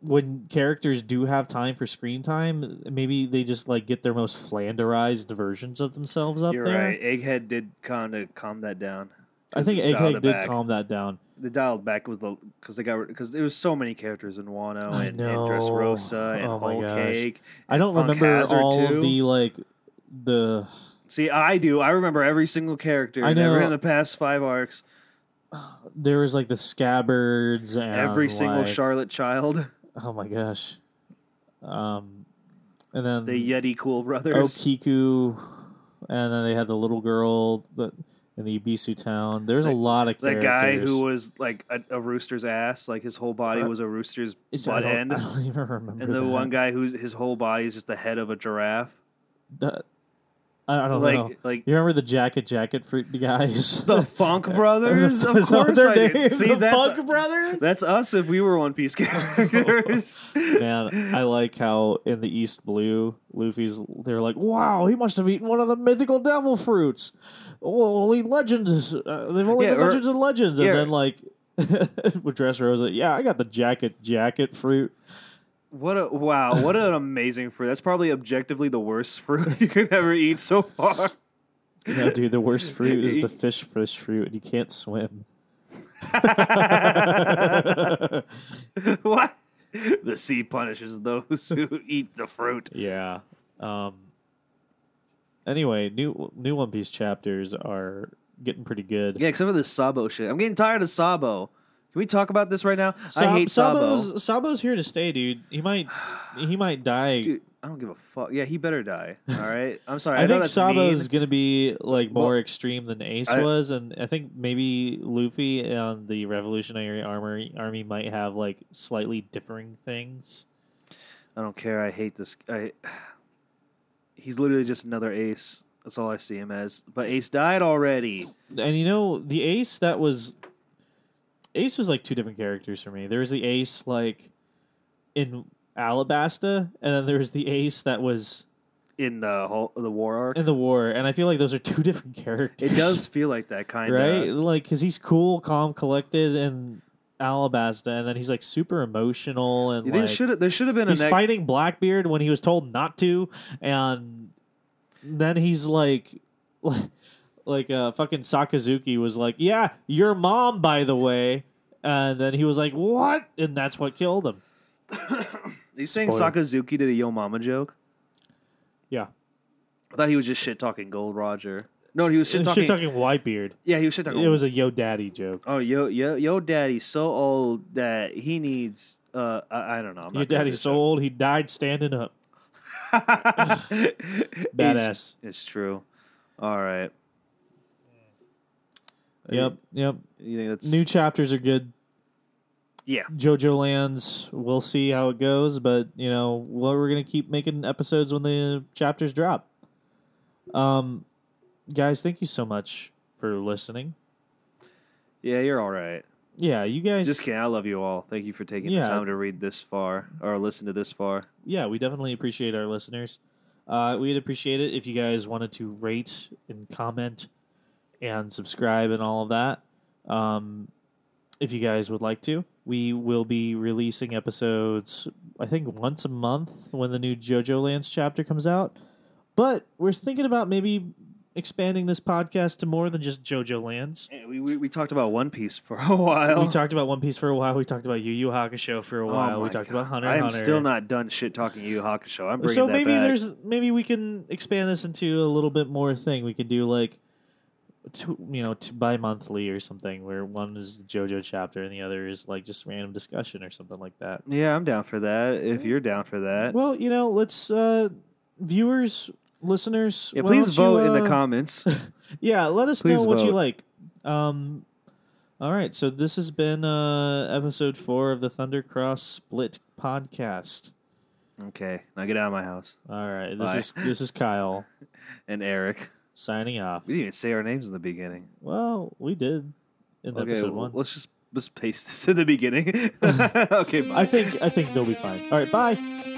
Speaker 2: when characters do have time for screen time, maybe they just like get their most flanderized versions of themselves up
Speaker 1: You're
Speaker 2: there.
Speaker 1: right. Egghead did kind of calm that down.
Speaker 2: I think
Speaker 1: Dial
Speaker 2: Egghead
Speaker 1: it
Speaker 2: did
Speaker 1: back.
Speaker 2: calm that down.
Speaker 1: The dialed back was the because they got because there was so many characters in Wano
Speaker 2: I
Speaker 1: and, and
Speaker 2: know.
Speaker 1: Dressrosa and
Speaker 2: Oh my
Speaker 1: Whole
Speaker 2: gosh.
Speaker 1: Cake.
Speaker 2: I don't
Speaker 1: Punk
Speaker 2: remember
Speaker 1: Hazard
Speaker 2: all
Speaker 1: too.
Speaker 2: of the like the
Speaker 1: See, I do. I remember every single character.
Speaker 2: I
Speaker 1: and every-
Speaker 2: know.
Speaker 1: in the past five arcs,
Speaker 2: there was like the scabbards and
Speaker 1: every single
Speaker 2: like-
Speaker 1: Charlotte child,
Speaker 2: Oh my gosh, um, and then
Speaker 1: the Yeti cool <laughs> brothers.
Speaker 2: Okiku, and then they had the little girl that in the Ibisu town. There's a
Speaker 1: That-
Speaker 2: lot of
Speaker 1: That
Speaker 2: characters.
Speaker 1: guy who was like a, a rooster's ass, like his whole body
Speaker 2: Uh,
Speaker 1: was a rooster's
Speaker 2: It's- I
Speaker 1: butt
Speaker 2: don't,
Speaker 1: end,
Speaker 2: I don't <laughs> even
Speaker 1: <laughs>
Speaker 2: remember.
Speaker 1: and the
Speaker 2: that.
Speaker 1: one guy who's his whole body is just the head of a giraffe.
Speaker 2: That- I I don't
Speaker 1: like,
Speaker 2: know.
Speaker 1: like
Speaker 2: You remember the jacket jacket fruit guys?
Speaker 1: the
Speaker 2: <laughs>
Speaker 1: Funk Brothers, of
Speaker 2: Is that
Speaker 1: course.
Speaker 2: their
Speaker 1: I did.
Speaker 2: name?
Speaker 1: See,
Speaker 2: the
Speaker 1: that's
Speaker 2: Funk Brothers.
Speaker 1: that's us if we were One
Speaker 2: <laughs>
Speaker 1: Piece characters.
Speaker 2: Man, I like how in the East Blue, Luffy's they're like, "Wow, he must have eaten one of the mythical devil fruits." Well, only legends. Uh, they've only
Speaker 1: Yeah,
Speaker 2: been
Speaker 1: or-
Speaker 2: legends and legends,
Speaker 1: yeah.
Speaker 2: and then like <laughs> with Dressrosa, yeah, I got the jacket jacket fruit.
Speaker 1: What a wow! What an amazing fruit. That's probably objectively the worst fruit <laughs> you could ever eat so
Speaker 2: <laughs>
Speaker 1: far. <laughs>
Speaker 2: No, dude, the worst fruit is the fish fish fruit, and you
Speaker 1: <laughs>
Speaker 2: can't swim. <laughs>
Speaker 1: what? The sea punishes those who eat the fruit.
Speaker 2: Yeah. Um. Anyway, new new One Piece chapters are getting pretty good.
Speaker 1: Yeah, except for this Sabo shit. I'm getting tired of Sabo. Can we talk about this right now? I
Speaker 2: Sab-
Speaker 1: hate Sabo.
Speaker 2: Sabo's, Sabo's here to stay, dude. He might he might die.
Speaker 1: Dude, I don't give a fuck. Yeah, he better die. All right. I'm sorry.
Speaker 2: <laughs> I,
Speaker 1: I, know
Speaker 2: think
Speaker 1: that's
Speaker 2: Sabo's
Speaker 1: mean.
Speaker 2: going to be like more
Speaker 1: Well,
Speaker 2: extreme than Ace
Speaker 1: I-
Speaker 2: was, and I think maybe Luffy and the Revolutionary Army Army might have like slightly differing things.
Speaker 1: I don't care. I hate this. I. <sighs> He's literally just another ace. That's all I see him as. But Ace died already.
Speaker 2: And you know, the Ace that was Ace was like two different characters for me. There was the Ace like in Alabasta, and then there was the Ace that was
Speaker 1: in the whole the war arc.
Speaker 2: <laughs> in the war, and I feel like those are two <laughs> different characters.
Speaker 1: It does feel like that kind of
Speaker 2: right? Like, because he's cool, calm, collected, and Alabasta, and then he's like super emotional and
Speaker 1: There
Speaker 2: like
Speaker 1: should there should have been a
Speaker 2: he's
Speaker 1: next.
Speaker 2: fighting Blackbeard when he was told not to, and then he's like, <laughs> like uh, fucking Sakazuki was like, "Yeah, your mom, by the way," and then he was like, "What?" and that's what killed him.
Speaker 1: Are you saying
Speaker 2: Spoiler.
Speaker 1: Sakazuki did a Yo Mama joke?
Speaker 2: Yeah,
Speaker 1: I thought he was just shit talking Gold Roger. No, he was shit talking.
Speaker 2: shit talking, Whitebeard.
Speaker 1: yeah, he was shit talking.
Speaker 2: It was a Yo Daddy joke.
Speaker 1: oh yo yo yo daddy's so old that he needs. Uh, I, I don't know. I'm
Speaker 2: Your
Speaker 1: not doing
Speaker 2: daddy's
Speaker 1: this
Speaker 2: so old he died standing up. <laughs>
Speaker 1: <laughs> joke. It's,
Speaker 2: Badass.
Speaker 1: it's true. All right.
Speaker 2: Yep, yep.
Speaker 1: You think that's
Speaker 2: New chapters are good.
Speaker 1: Yeah.
Speaker 2: JoJo lands. We'll see how it goes, but you know, well, we're gonna keep making episodes when the chapters drop. Um, guys, thank you so much for listening.
Speaker 1: Yeah, you're all right.
Speaker 2: Yeah, you guys.
Speaker 1: Just kidding. I love you all. Thank you for taking
Speaker 2: Yeah.
Speaker 1: the time to read this far or listen to this far.
Speaker 2: yeah, we definitely appreciate our listeners. Uh, we'd appreciate it if you guys wanted to rate and comment and subscribe and all of that. Um, if you guys would like to, we will be releasing episodes, I think, once a month when the new JoJo Lands chapter comes out. But we're thinking about maybe expanding this podcast to more than just JoJo Lands.
Speaker 1: Hey, we, we we talked about One Piece for a while.
Speaker 2: We talked about One Piece for a while. We talked about Yu Yu Hakusho for a
Speaker 1: Oh
Speaker 2: while. we
Speaker 1: my
Speaker 2: talked
Speaker 1: God.
Speaker 2: about Hunter.
Speaker 1: I
Speaker 2: and
Speaker 1: am
Speaker 2: Hunter.
Speaker 1: still not done shit talking Yu Yu Hakusho. I'm bringing
Speaker 2: so
Speaker 1: that
Speaker 2: maybe
Speaker 1: back.
Speaker 2: there's maybe we can expand this into a little bit more thing. We could do like two, you know, two, bi-monthly or something where one is JoJo chapter and the other is like just random discussion or something like that.
Speaker 1: Yeah, I'm down for that. If you're down for that,
Speaker 2: Well, you know, let's uh viewers, listeners,
Speaker 1: yeah,
Speaker 2: why
Speaker 1: please
Speaker 2: don't you,
Speaker 1: vote in the
Speaker 2: uh, <laughs>
Speaker 1: comments.
Speaker 2: Yeah, let us know
Speaker 1: Please
Speaker 2: what you
Speaker 1: vote.
Speaker 2: like. Um all right, so this has been uh episode 4 of the Thundercross Split podcast.
Speaker 1: okay, now get out of my house.
Speaker 2: All right, this
Speaker 1: Bye.
Speaker 2: is this is Kyle
Speaker 1: And Eric,
Speaker 2: signing off.
Speaker 1: we didn't even say our names in the beginning.
Speaker 2: Well, we did in
Speaker 1: okay,
Speaker 2: episode
Speaker 1: well,
Speaker 2: 1.
Speaker 1: let's just let's paste this in the beginning. <laughs> okay, bye.
Speaker 2: I think I think they'll be fine. All right, bye.